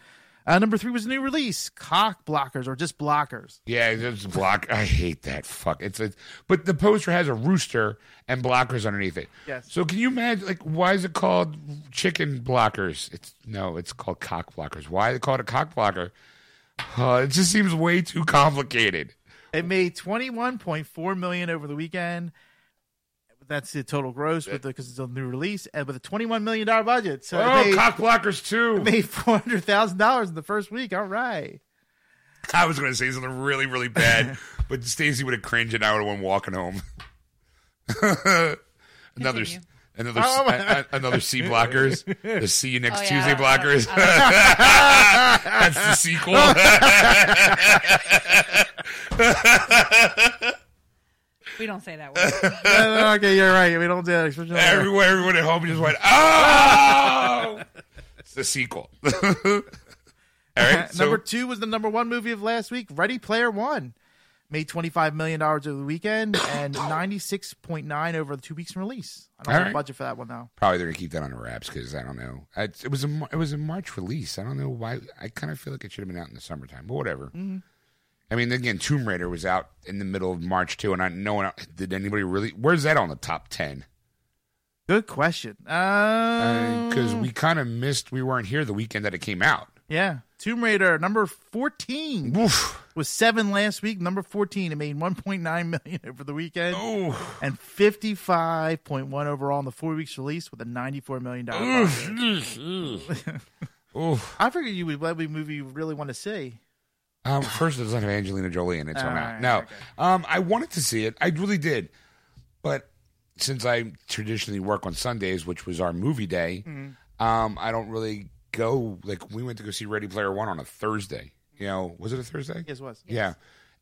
Speaker 2: Uh, number three was a new release, Cock Blockers or just Blockers.
Speaker 1: Yeah, it's block. I hate that fuck. It's a, but the poster has a rooster and blockers underneath it.
Speaker 2: Yes.
Speaker 1: So can you imagine? Like, why is it called chicken blockers? It's no, it's called cock blockers. Why they call it a cock blocker? Uh, it just seems way too complicated.
Speaker 2: It made twenty one point four million over the weekend. That's the total gross with the because it's a new release and with a twenty one million dollar budget. So
Speaker 1: Oh,
Speaker 2: [LAUGHS] it made,
Speaker 1: cock blockers too.
Speaker 2: made four hundred thousand dollars in the first week. All right.
Speaker 1: I was going to say something really, really [LAUGHS] bad, but Stacy would have cringed and I would have went walking home. [LAUGHS] another,
Speaker 3: Continue.
Speaker 1: another,
Speaker 2: Oh, my-
Speaker 1: a- a- another C blockers. [LAUGHS] The see you next
Speaker 3: Oh, yeah,
Speaker 1: Tuesday
Speaker 3: I don't- I don't- [LAUGHS]
Speaker 1: blockers.
Speaker 3: I don't-
Speaker 1: That's the sequel. [LAUGHS] I
Speaker 3: we don't
Speaker 1: [LAUGHS]
Speaker 3: say that word.
Speaker 2: No, no, okay, you're right. We don't do that. especially not here.
Speaker 1: everyone, everyone at home just went, oh! it's the sequel. [LAUGHS] All [LAUGHS] right. So,
Speaker 2: number two was the number one movie of last week, Ready Player One. Made twenty five million dollars over
Speaker 1: [COUGHS]
Speaker 2: the weekend and ninety six point nine over the two weeks from release. I don't
Speaker 1: All
Speaker 2: have
Speaker 1: right.
Speaker 2: a budget for that one though.
Speaker 1: probably they're gonna keep that on wraps because I don't know. I, it was a Mar- it was a March release. I don't know why. I kind of feel like it should have been out in the summertime, but whatever. I mean, again, Tomb Raider was out in the middle of March too, and I no one else- did anybody really. Where's that on the top ten?
Speaker 2: Good question. Uh, Um,
Speaker 1: Because we kind of missed. We weren't here the weekend that it came out.
Speaker 2: yeah, Tomb Raider number fourteen
Speaker 1: Woof.
Speaker 2: was seven last week. Number fourteen, it made one point nine [LAUGHS] million over the weekend
Speaker 1: Oh,
Speaker 2: and fifty five point one overall in the four weeks release with a ninety four million dollar.
Speaker 1: oh.
Speaker 2: I figured you would let me movie you really want to see.
Speaker 1: Um, first, it doesn't have Angelina Jolie in it, so I'm out.
Speaker 2: Alright,
Speaker 1: No,
Speaker 2: okay.
Speaker 1: um, I wanted to see it. I really did, but since I traditionally work on Sundays, which was our movie day,
Speaker 2: Mm-hmm.
Speaker 1: um, I don't really go. Like we went to go see Ready Player One on a Thursday. You know, was it a Thursday?
Speaker 2: Yes, it was.
Speaker 1: Yeah,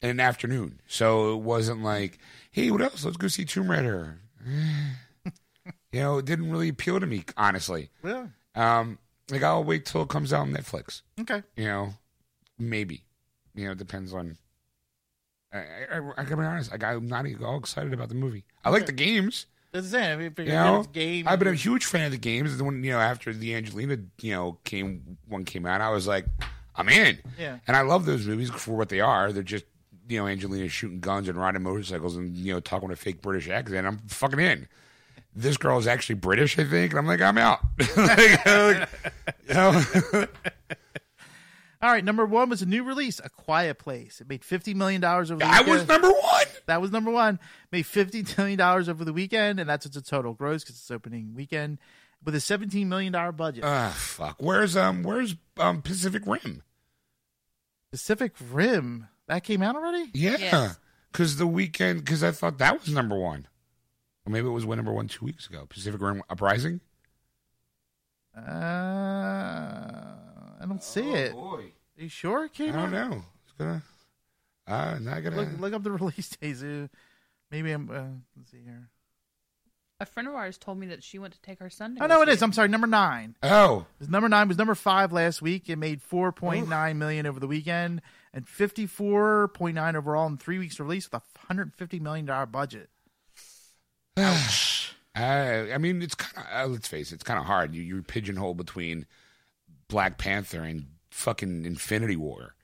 Speaker 1: in an afternoon. So it wasn't like, hey, what else? Let's go see Tomb
Speaker 2: [LAUGHS]
Speaker 1: Raider. you know, it didn't really appeal to me, honestly.
Speaker 2: Yeah.
Speaker 1: Um, like I'll wait till it comes out on Netflix
Speaker 2: Okay.
Speaker 1: you know, maybe, you know, it depends on. I, I, I gotta be honest, like, I'm not even all excited about the movie. I like the games,
Speaker 2: That's the same. I mean,
Speaker 1: you
Speaker 2: figured
Speaker 1: know.
Speaker 2: it's game.
Speaker 1: I've been a huge fan of the games. The one, you know, after the Angelina, you know, came one came out, I was like, I'm in.
Speaker 2: Yeah.
Speaker 1: And I love those movies for what they are. They're just, you know, Angelina shooting guns and riding motorcycles and you know talking with a fake British accent. I'm fucking in. This girl is actually British, I think, and I'm like, I'm out. Like, like, you know?
Speaker 2: All right, number one was a new release, A Quiet Place. It made fifty million dollars over. The
Speaker 1: [LAUGHS] I was
Speaker 2: weekend.
Speaker 1: number one.
Speaker 2: that was number one. Made fifty million dollars over the weekend, and that's its total gross because it's opening weekend with a seventeen million dollar budget.
Speaker 1: Ah, fuck. Where's um? Where's um? Pacific Rim.
Speaker 2: Pacific Rim that came out already.
Speaker 1: Yeah,
Speaker 3: Yes.
Speaker 1: because the weekend. Because I thought that was number one. Or maybe it was number one two weeks ago. Pacific Rim Uprising.
Speaker 2: Uh, I don't see it. Are
Speaker 1: boy.
Speaker 2: you sure it
Speaker 1: Oh. I
Speaker 2: came
Speaker 1: don't
Speaker 2: out?
Speaker 1: know. It's gonna. Uh, not gonna.
Speaker 2: Look, look up the [LAUGHS] release days. Uh, Maybe I'm. Uh, let's see here.
Speaker 3: A friend of ours told me that she went to take her son. To
Speaker 2: Oh
Speaker 3: go
Speaker 2: no, it
Speaker 3: see
Speaker 2: is. I'm sorry. Number nine.
Speaker 1: Oh,
Speaker 2: It was number nine it was number five last week. It made four point nine million over the weekend and fifty four point nine overall in three weeks release with a hundred fifty million dollar budget.
Speaker 1: I, I mean, it's kind of. Uh, let's face it. It's kind of hard. You you're pigeonholed between Black Panther and fucking Infinity War.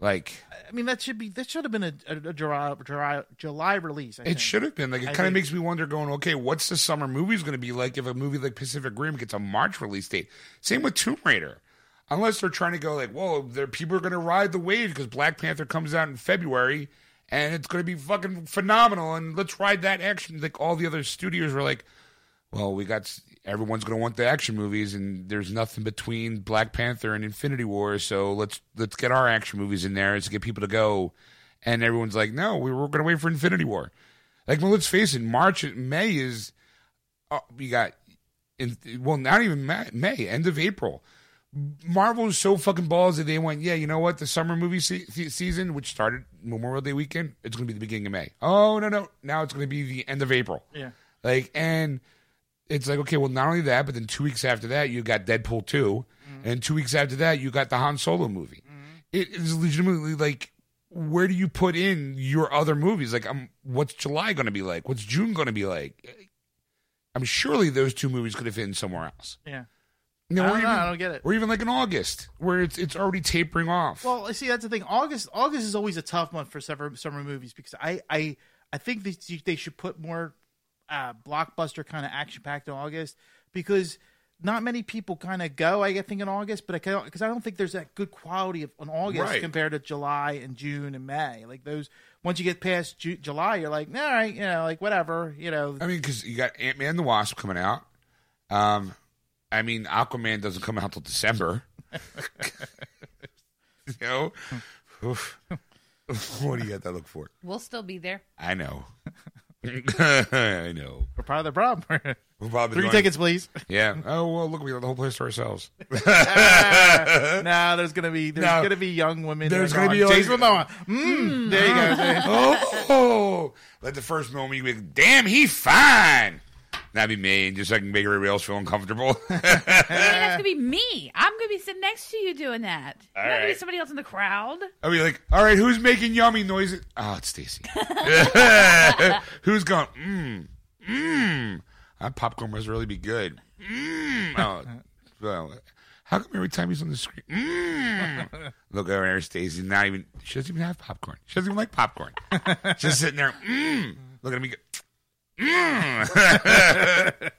Speaker 1: Like
Speaker 2: I mean, that should be that should have been a, a, a July, July July release. I
Speaker 1: it
Speaker 2: think.
Speaker 1: should have been. Like it
Speaker 2: I
Speaker 1: kind of
Speaker 2: think-
Speaker 1: makes me wonder. Going, okay, what's the summer movies going to be like if a movie like Pacific Rim gets a March release date? Same with Tomb Raider. Unless they're trying to go like, whoa, there people are going to ride the wave because Black Panther comes out in February and it's going to be fucking phenomenal and let's ride that action. Like all the other studios were like, well, we got everyone's going to want the action movies and there's nothing between Black Panther and Infinity War, so let's let's get our action movies in there to get people to go. And everyone's like, no, we were going to wait for Infinity War. Like, well, let's face it, March, May is uh, you got in well, not even Ma- May, end of April. Marvel is so fucking balls that they went, yeah, you know what? The summer movie se- se- season, which started Memorial Day weekend, it's going to be the beginning of May. Oh no, no, now it's going to be the end of April.
Speaker 2: Yeah.
Speaker 1: Like, and it's like, okay, well, not only that, but then two weeks after that, you got Deadpool 2.
Speaker 2: Mm-hmm.
Speaker 1: And two weeks after that, you got the Han Solo movie. It is legitimately like, where do you put in your other movies? Like, um, what's July going to be like? What's June going to be like? I'm surely those two movies could have been somewhere else.
Speaker 2: Yeah.
Speaker 1: You know, or,
Speaker 2: I don't know,
Speaker 1: even,
Speaker 2: I don't get it.
Speaker 1: or even like in August, where it's it's already tapering off.
Speaker 2: Well, see, that's the thing. August August is always a tough month for summer summer movies because I I I think that you- they should put more uh, blockbuster kind of action packed in August because not many people kind of go. I think in August, but I because I don't think there's that good quality of on August
Speaker 1: Right.
Speaker 2: compared to July and June and May. Like those, once you get past Ju- July, you're like, all right, you know, like whatever, you know.
Speaker 1: I mean, because you got Ant Man and the Wasp coming out. Um, I mean, [LAUGHS] Aquaman doesn't come out till December. you know, Oof. [LAUGHS] what do you got that look for?
Speaker 3: We'll still
Speaker 2: [LAUGHS]
Speaker 3: be there.
Speaker 1: I know. [LAUGHS] I know.
Speaker 2: We're part of the problem. [LAUGHS]
Speaker 1: We're probably
Speaker 2: Three
Speaker 1: going-
Speaker 2: tickets, please.
Speaker 1: Yeah. Oh well, look, we got the whole place to ourselves.
Speaker 2: [LAUGHS] no, there's gonna be there's
Speaker 1: No.
Speaker 2: gonna be young women.
Speaker 1: Uh, There's
Speaker 2: that are
Speaker 1: gonna be
Speaker 2: gone, Jason
Speaker 1: like-
Speaker 2: Momoa. Mm, There you go. Jason.
Speaker 1: oh, oh, let the first moment you be, like, damn, he fine. That'd be me, just so I can make everybody else feel uncomfortable. [LAUGHS]
Speaker 3: Hey, that's gonna be me. I'm gonna be sitting next to you doing that.
Speaker 1: All
Speaker 3: All right. Be
Speaker 1: right.
Speaker 3: somebody else in the crowd.
Speaker 1: I'd be like, all right, who's making yummy noises? Oh, it's Stacy. [LAUGHS] who's going, mmm, mmm. That popcorn must really be good. Mmm. Oh, well, how come every time he's on the screen, mmm. Look over there, Stacy. Not even, she doesn't even have popcorn. She doesn't even like popcorn. Just sitting there, mmm. Looking at me, go, mmm.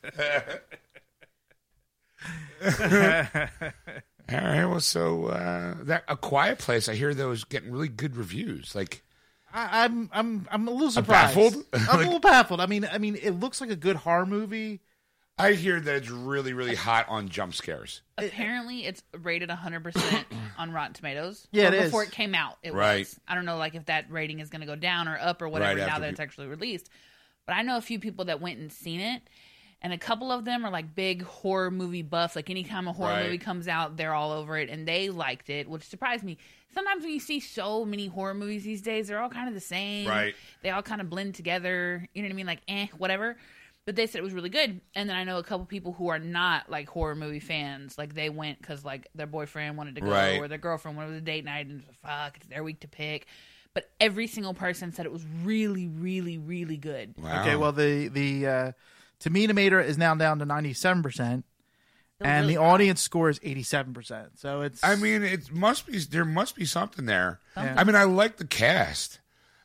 Speaker 1: All right. Well, so uh, that a quiet place. I hear those getting really good reviews. Like,
Speaker 2: I, I'm I'm I'm a little surprised.
Speaker 1: baffled?
Speaker 2: I'm
Speaker 1: [LAUGHS]
Speaker 2: a little baffled. I mean, I mean, it looks like a good horror movie.
Speaker 1: I hear that it's really, really hot on jump scares.
Speaker 3: Apparently, it's rated
Speaker 2: [COUGHS]
Speaker 3: 100 percent on Rotten Tomatoes.
Speaker 2: Yeah,
Speaker 3: or
Speaker 2: it is.
Speaker 3: before it came out. It
Speaker 1: Right.
Speaker 3: was. I don't know, like if that rating is gonna go down or up or whatever
Speaker 1: Right
Speaker 3: now
Speaker 1: after
Speaker 3: that
Speaker 1: peop-
Speaker 3: it's actually released. But I know a few people that went and seen it, and a couple of them are like big horror movie buffs. Like any time a horror
Speaker 1: Right.
Speaker 3: movie comes out, they're all over it, and they liked it, which surprised me. Sometimes when you see so many horror movies these days, they're all kind of the same.
Speaker 1: Right.
Speaker 3: They all kind of blend together. You know what I mean? Like, eh, whatever. But they said it was really good. And then I know a couple people who are not like horror movie fans. Like they went because like their boyfriend wanted to go
Speaker 1: Right.
Speaker 3: or their girlfriend wanted to date night and fuck, it's their week to pick. But every single person said it was really, really, really good.
Speaker 1: Wow.
Speaker 2: Okay, well the the uh, Tamina meter is now down to ninety seven percent, and
Speaker 3: really
Speaker 2: the audience score is eighty seven percent. So it's
Speaker 1: I mean, it must be there must be something there.
Speaker 2: Yeah.
Speaker 1: I mean, I like the cast.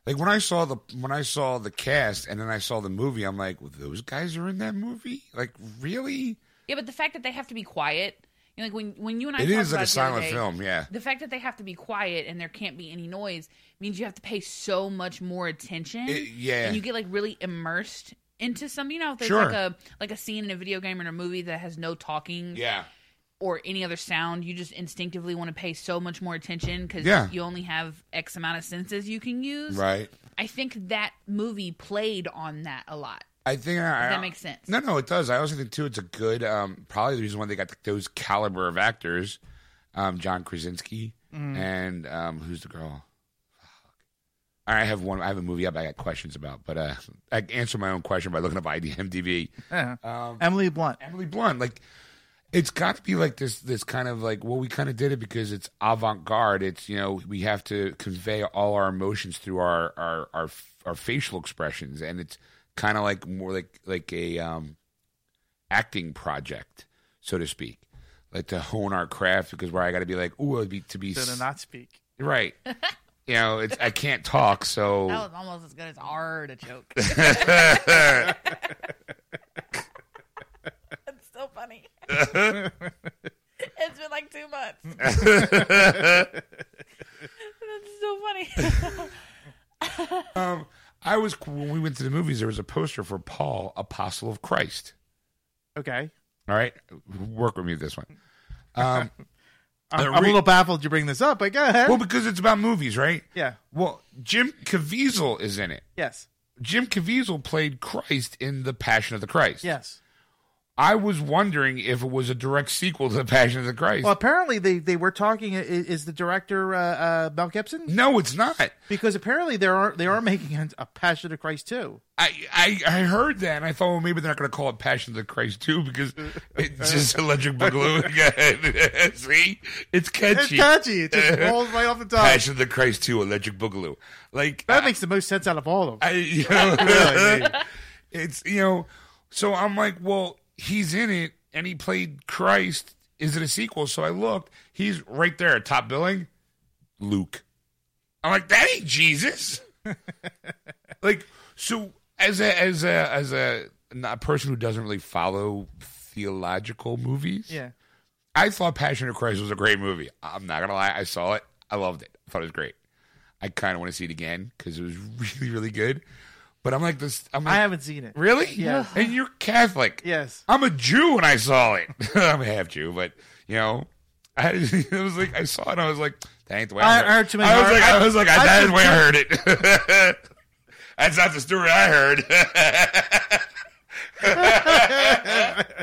Speaker 1: Like when I saw the when I saw the cast and then I saw the movie, I'm like, well, those guys are in that movie. Like, really?
Speaker 3: Yeah, but the fact that they have to be quiet, you know, like when when you and I
Speaker 1: It
Speaker 3: talked
Speaker 1: is like
Speaker 3: about
Speaker 1: a
Speaker 3: it the other
Speaker 1: silent
Speaker 3: day,
Speaker 1: film. Yeah.
Speaker 3: The fact that they have to be quiet and there can't be any noise means you have to pay so much more attention.
Speaker 1: It- yeah.
Speaker 3: and you get like really immersed into some. You know, if there's
Speaker 1: Sure.
Speaker 3: like a like a scene in a video game or in a movie that has no talking
Speaker 1: yeah.
Speaker 3: or any other sound, you just instinctively want to pay so much more attention because
Speaker 1: Yeah.
Speaker 3: you only have X amount of senses you can use.
Speaker 1: Right.
Speaker 3: I think that movie played on that a lot.
Speaker 1: I think I,
Speaker 3: that makes sense.
Speaker 1: No, no, it does. I also think too, it's a good. Um, probably the reason why they got those caliber of actors, um, John Krasinski and um, who's the girl? Fuck. I have one. I have a movie up. I got questions about, but uh, I can answer my own question by looking up IMDb.
Speaker 2: yeah.
Speaker 1: Um,
Speaker 2: Emily Blunt.
Speaker 1: Emily Blunt, like. It's got to be like this, this kind of like, well, we kind of did it because it's avant garde. It's, you know, we have to convey all our emotions through our, our, our, our facial expressions. And it's kind of like more like, like a, um, acting project, so to speak, like to hone our craft because where I got to be like, oh, it'd be to be
Speaker 2: So
Speaker 1: s-
Speaker 2: to not speak.
Speaker 3: [LAUGHS]
Speaker 1: right. you know, it's I can't talk, so
Speaker 3: That was almost as good as artichoke. That's so funny. it's been like two months. That's so funny.
Speaker 1: um, I was when we went to the movies. There was a poster for Paul, Apostle of Christ.
Speaker 2: Okay,
Speaker 1: All right, work with me with this one. Um,
Speaker 2: I'm,
Speaker 1: Uh,
Speaker 2: I'm a
Speaker 1: re-
Speaker 2: little baffled you bring this up, but go ahead.
Speaker 1: well, because it's about movies, right?
Speaker 2: yeah.
Speaker 1: Well, Jim Caviezel is in it.
Speaker 2: Yes.
Speaker 1: Jim Caviezel played Christ in The Passion of the Christ.
Speaker 2: Yes.
Speaker 1: I was wondering if it was a direct sequel to The Passion of the Christ.
Speaker 2: Well, apparently they, they were talking. i- Is the director uh, uh, Mel Gibson?
Speaker 1: no, it's not.
Speaker 2: Because apparently they are they are making a- a Passion of Christ too.
Speaker 1: I, I I heard that and I thought, well, maybe they're not going to call it Passion of the Christ too because it's just Electric Boogaloo again. [LAUGHS] See, it's
Speaker 2: It's
Speaker 1: catchy.
Speaker 2: catchy. It
Speaker 1: [LAUGHS]
Speaker 2: just rolls right off the top.
Speaker 1: Passion of the Christ too, Electric Boogaloo. Like
Speaker 2: That makes the most sense out of
Speaker 1: [LAUGHS]
Speaker 2: all of them.
Speaker 1: I, you know, it's you know, so I'm like, well, he's in it and he played Christ. Is it a sequel? So I looked. He's right there at top billing, Luke. I'm like, that ain't Jesus. [LAUGHS] like, so as a as a as a, not a person who doesn't really follow theological movies,
Speaker 2: Yeah.
Speaker 1: I thought Passion of Christ was a great movie. I'm not gonna lie, I saw it. I loved it. I thought it was great. I kind of want to see it again because it was [LAUGHS] really, really good. But I'm like this. I'm like,
Speaker 2: I haven't seen it.
Speaker 1: really,
Speaker 2: Yes.
Speaker 1: And you're Catholic.
Speaker 2: Yes. [LAUGHS]
Speaker 1: [LAUGHS] I'm a Jew, and I saw it. I'm a half Jew, but you know, I, [LAUGHS] it was like I saw it. and I was like, that ain't the way
Speaker 2: I
Speaker 1: I,
Speaker 2: heard too many-
Speaker 1: I was like, I, was like,
Speaker 2: I-
Speaker 1: that
Speaker 2: I-
Speaker 1: is the way I heard it. [LAUGHS] That's not the story I heard.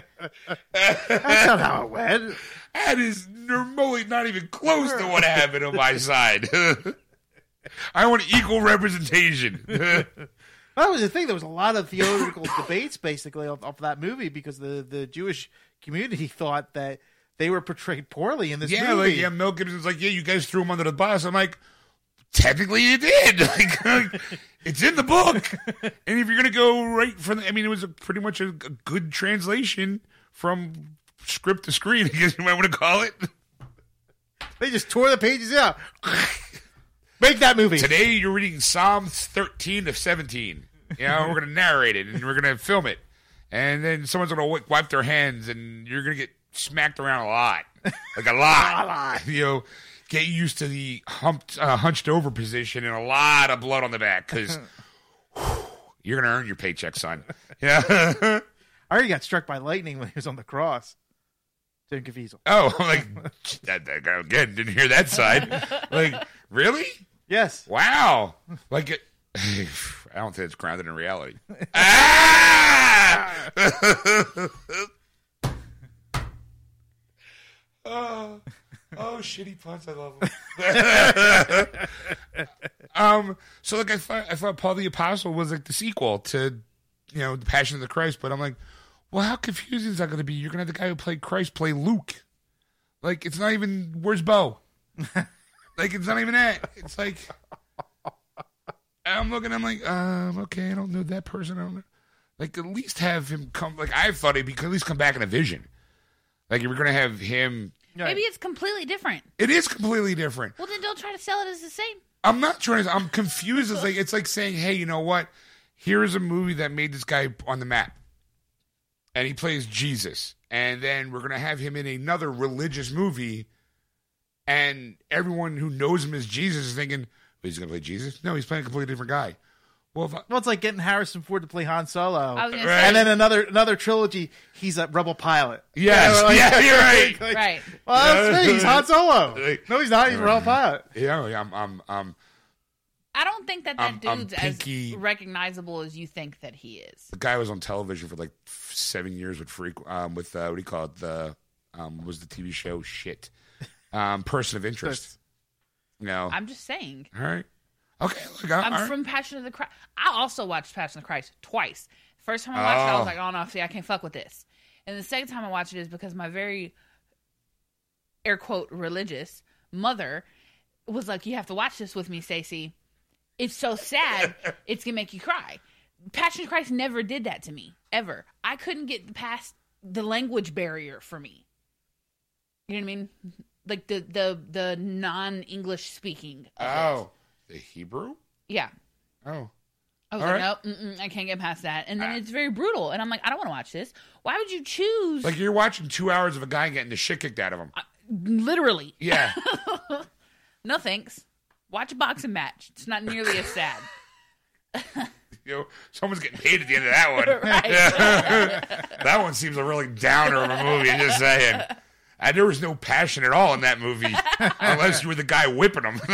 Speaker 1: [LAUGHS]
Speaker 2: That's not how it went.
Speaker 1: that is normally not even close to what happened on
Speaker 2: [LAUGHS]
Speaker 1: my side. [LAUGHS] I want equal representation. [LAUGHS]
Speaker 2: That was the thing. There was a lot of theological [COUGHS] debates basically off, off that movie because the, the Jewish community [LAUGHS] thought that they were portrayed poorly in this
Speaker 1: yeah,
Speaker 2: movie.
Speaker 1: like yeah, Mel Gibson's like, yeah, you guys threw him under the bus. I'm like, technically you did. [LAUGHS] Like, like, it's in the
Speaker 2: [LAUGHS]
Speaker 1: book. and if you're gonna go right from, the, I mean, it was a, pretty much a, a good translation from script to screen. [LAUGHS] I guess you might want to call it.
Speaker 2: They just tore the pages out. [LAUGHS] Make that movie.
Speaker 1: Today you're reading Psalms 13 to 17. Yeah, we're gonna narrate it and we're gonna film it, and then someone's gonna wi- wipe their hands, and you're gonna get smacked around a lot, like [LAUGHS] a lot. You know, get used to the humped, uh, hunched over position and a lot of blood on the back [LAUGHS] because you're gonna earn your paycheck, son. [LAUGHS] Yeah. [LAUGHS]
Speaker 2: I already got struck by lightning when he was on the cross. Jim Caviezel.
Speaker 1: oh, I'm like that, that guy again didn't hear that [LAUGHS] side. Like, really?
Speaker 2: Yes.
Speaker 1: Wow. Like, it, [LAUGHS] I don't think it's grounded in reality. [LAUGHS] ah! oh, [LAUGHS] oh, shitty puns. I love them. [LAUGHS] um, so, like, I thought, I thought Paul the Apostle was like the sequel to, you know, The Passion of the Christ, but I'm like, well, how confusing is that going to be? You're going to have the guy who played Christ play Luke. Like, it's not even, where's [LAUGHS] Bo? Like it's not even that. It's like I'm looking. I'm like, um, okay, I don't know that person. I don't know. Like at least have him come. Like I thought he'd be, at least come back in a vision. Like if we're gonna have him.
Speaker 3: [LAUGHS] Maybe it's completely different.
Speaker 1: It is completely different.
Speaker 3: Well, then don't try to sell it as the same.
Speaker 1: I'm not trying to. I'm confused. It's like it's like saying, hey, you know what? Here is a movie that made this guy on the map, and he plays Jesus, and then we're gonna have him in another religious movie, and everyone who knows him as Jesus is thinking, he's gonna play Jesus? No, he's playing a completely different guy. Well, if I,
Speaker 2: Well, it's like getting Harrison Ford to play Han Solo,
Speaker 3: I was gonna
Speaker 1: Right.
Speaker 3: say,
Speaker 2: and then another another trilogy. He's a rebel pilot.
Speaker 1: yes,
Speaker 2: Yeah, [LAUGHS] like-
Speaker 1: yeah, you're right.
Speaker 2: Like,
Speaker 3: right.
Speaker 2: Well, that's me. He's Han Solo.
Speaker 1: Like-
Speaker 2: No, he's not. He's a rebel pilot.
Speaker 1: Yeah, yeah, I'm, I'm, I'm
Speaker 3: I don't think that
Speaker 1: I'm-
Speaker 3: that
Speaker 1: I'm
Speaker 3: dude's
Speaker 1: pinky-
Speaker 3: as recognizable as you think that he is.
Speaker 1: the guy was on television for like f- seven years with freak um with uh, what do you call it the um what was the TV show shit um person of interest. No,
Speaker 3: I'm just saying.
Speaker 1: all right, okay. Look, I,
Speaker 3: I'm
Speaker 1: all right.
Speaker 3: from Passion of the Christ. I also watched Passion of the Christ twice. First time I watched it, I
Speaker 1: Oh.
Speaker 3: was like, oh no, see, I can't fuck with this. And the second time I watched it is because my very air quote religious mother was like, You have to watch this with me, Stacey. It's so sad,
Speaker 1: [LAUGHS]
Speaker 3: it's gonna make you cry. Passion of Christ never did that to me, ever. I couldn't get past the language barrier for me. You know what I mean? Like the the the non English speaking. of it.
Speaker 1: Oh, the Hebrew.
Speaker 3: Yeah.
Speaker 1: Oh,
Speaker 3: I
Speaker 1: All
Speaker 3: was
Speaker 1: Ah.
Speaker 3: like, no, mm-mm, I can't get past that. And then it's very brutal. And I'm like, I don't want to watch this. Why would you choose?
Speaker 1: like you're watching two hours of a guy getting the shit kicked out of
Speaker 3: Uh,
Speaker 1: him.
Speaker 3: literally, [LAUGHS]
Speaker 1: Yeah,
Speaker 3: no thanks. Watch a boxing match. It's not nearly
Speaker 1: [LAUGHS]
Speaker 3: as sad.
Speaker 1: you know, someone's getting paid at the end of that one.
Speaker 3: Right.
Speaker 1: That one seems a really downer of a movie. I'm just
Speaker 3: [LAUGHS]
Speaker 1: saying. And there was no passion at all in that movie, unless you were the guy whipping him, [LAUGHS]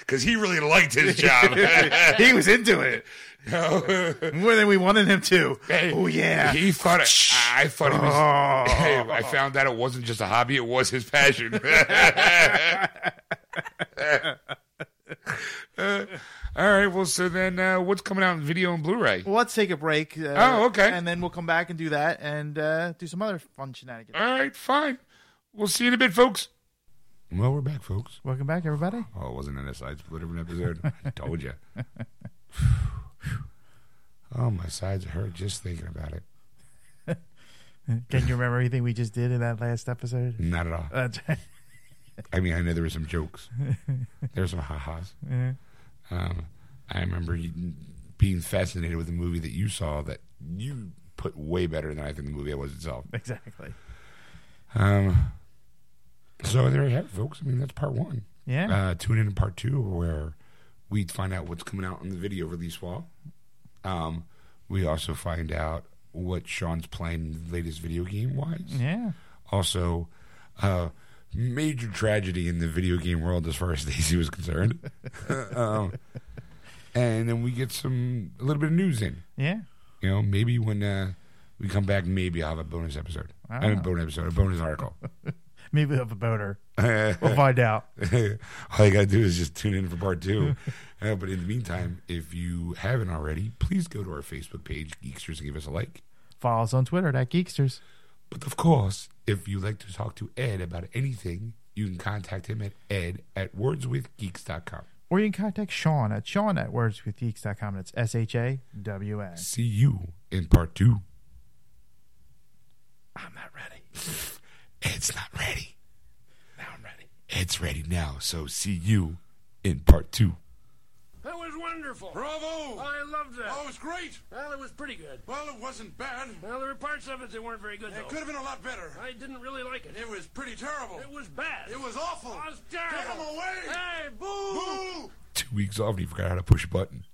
Speaker 1: because he really liked his job.
Speaker 3: [LAUGHS]
Speaker 2: he was into it more than we wanted him to.
Speaker 1: Hey,
Speaker 2: oh yeah. Oh.
Speaker 1: he thought [LAUGHS] it, I thought he was. Hey, I found out it wasn't just a hobby; it was his [LAUGHS] passion. Uh, all right. Well, so then, uh, what's coming out in video and Blu-ray?
Speaker 2: Well, let's take a break. Uh,
Speaker 1: Oh, okay.
Speaker 2: And then we'll come back and do that and uh, do some other fun shenanigans.
Speaker 1: All right, fine. We'll see you in a bit, folks. Well, we're back, folks.
Speaker 2: Welcome back, everybody.
Speaker 1: Oh, it wasn't in a side split of an episode. I told [LAUGHS] you. oh, my sides hurt just thinking about it.
Speaker 2: Can you remember anything we just did in that last episode? [LAUGHS]
Speaker 1: Not at all. I mean, I know there were some jokes. There were some ha-has. Um, I remember you being fascinated with a movie that you saw that you put way better than I think the movie was itself.
Speaker 2: exactly.
Speaker 1: Um, so there you have it, folks. I mean, that's part one.
Speaker 2: Yeah.
Speaker 1: Uh, tune in to part two where we find out what's coming out on the video release wall. Um, we also find out what Sean's playing latest video game wise.
Speaker 2: yeah.
Speaker 1: Also, uh, major tragedy in the video game world as far as [LAUGHS] Daisy was concerned. um, and then we get some a little bit of news in.
Speaker 2: Yeah.
Speaker 1: You know, maybe when uh, we come back, maybe I'll have a bonus episode.
Speaker 2: I
Speaker 1: Not
Speaker 2: don't
Speaker 1: a
Speaker 2: know.
Speaker 1: bonus episode, a bonus article. [LAUGHS]
Speaker 2: Maybe we have a boater. We'll find out.
Speaker 1: All you got to do is just tune in for part two. Uh, but in the meantime, if you haven't already, please go to our Facebook page, Geeksters, and give us a like.
Speaker 2: Follow us on Twitter at Geeksters.
Speaker 1: But of course, if you'd like to talk to Ed about anything, you can contact him at ed at wordswithgeeks.com.
Speaker 2: Or you can contact Sean at Sean at wordswithgeeks.com. It's S H A W N.
Speaker 1: See you in part two.
Speaker 2: I'm not ready.
Speaker 1: [LAUGHS] Ed's not ready. Now I'm ready. Ed's ready now, so see you in part two.
Speaker 4: That was wonderful.
Speaker 5: Bravo!
Speaker 4: I loved that.
Speaker 5: Oh, it was great.
Speaker 4: Well, it was pretty good.
Speaker 5: Well, it wasn't bad.
Speaker 4: Well, there were parts of it that weren't very good,
Speaker 5: It
Speaker 4: though.
Speaker 5: could have been a lot better.
Speaker 4: I didn't really like it.
Speaker 5: It was pretty terrible.
Speaker 4: It was bad.
Speaker 5: It was awful.
Speaker 4: It was
Speaker 5: Get him
Speaker 4: terrible.
Speaker 5: away!
Speaker 4: Hey, boo!
Speaker 5: Boo!
Speaker 1: Two weeks off and you forgot how to push a button.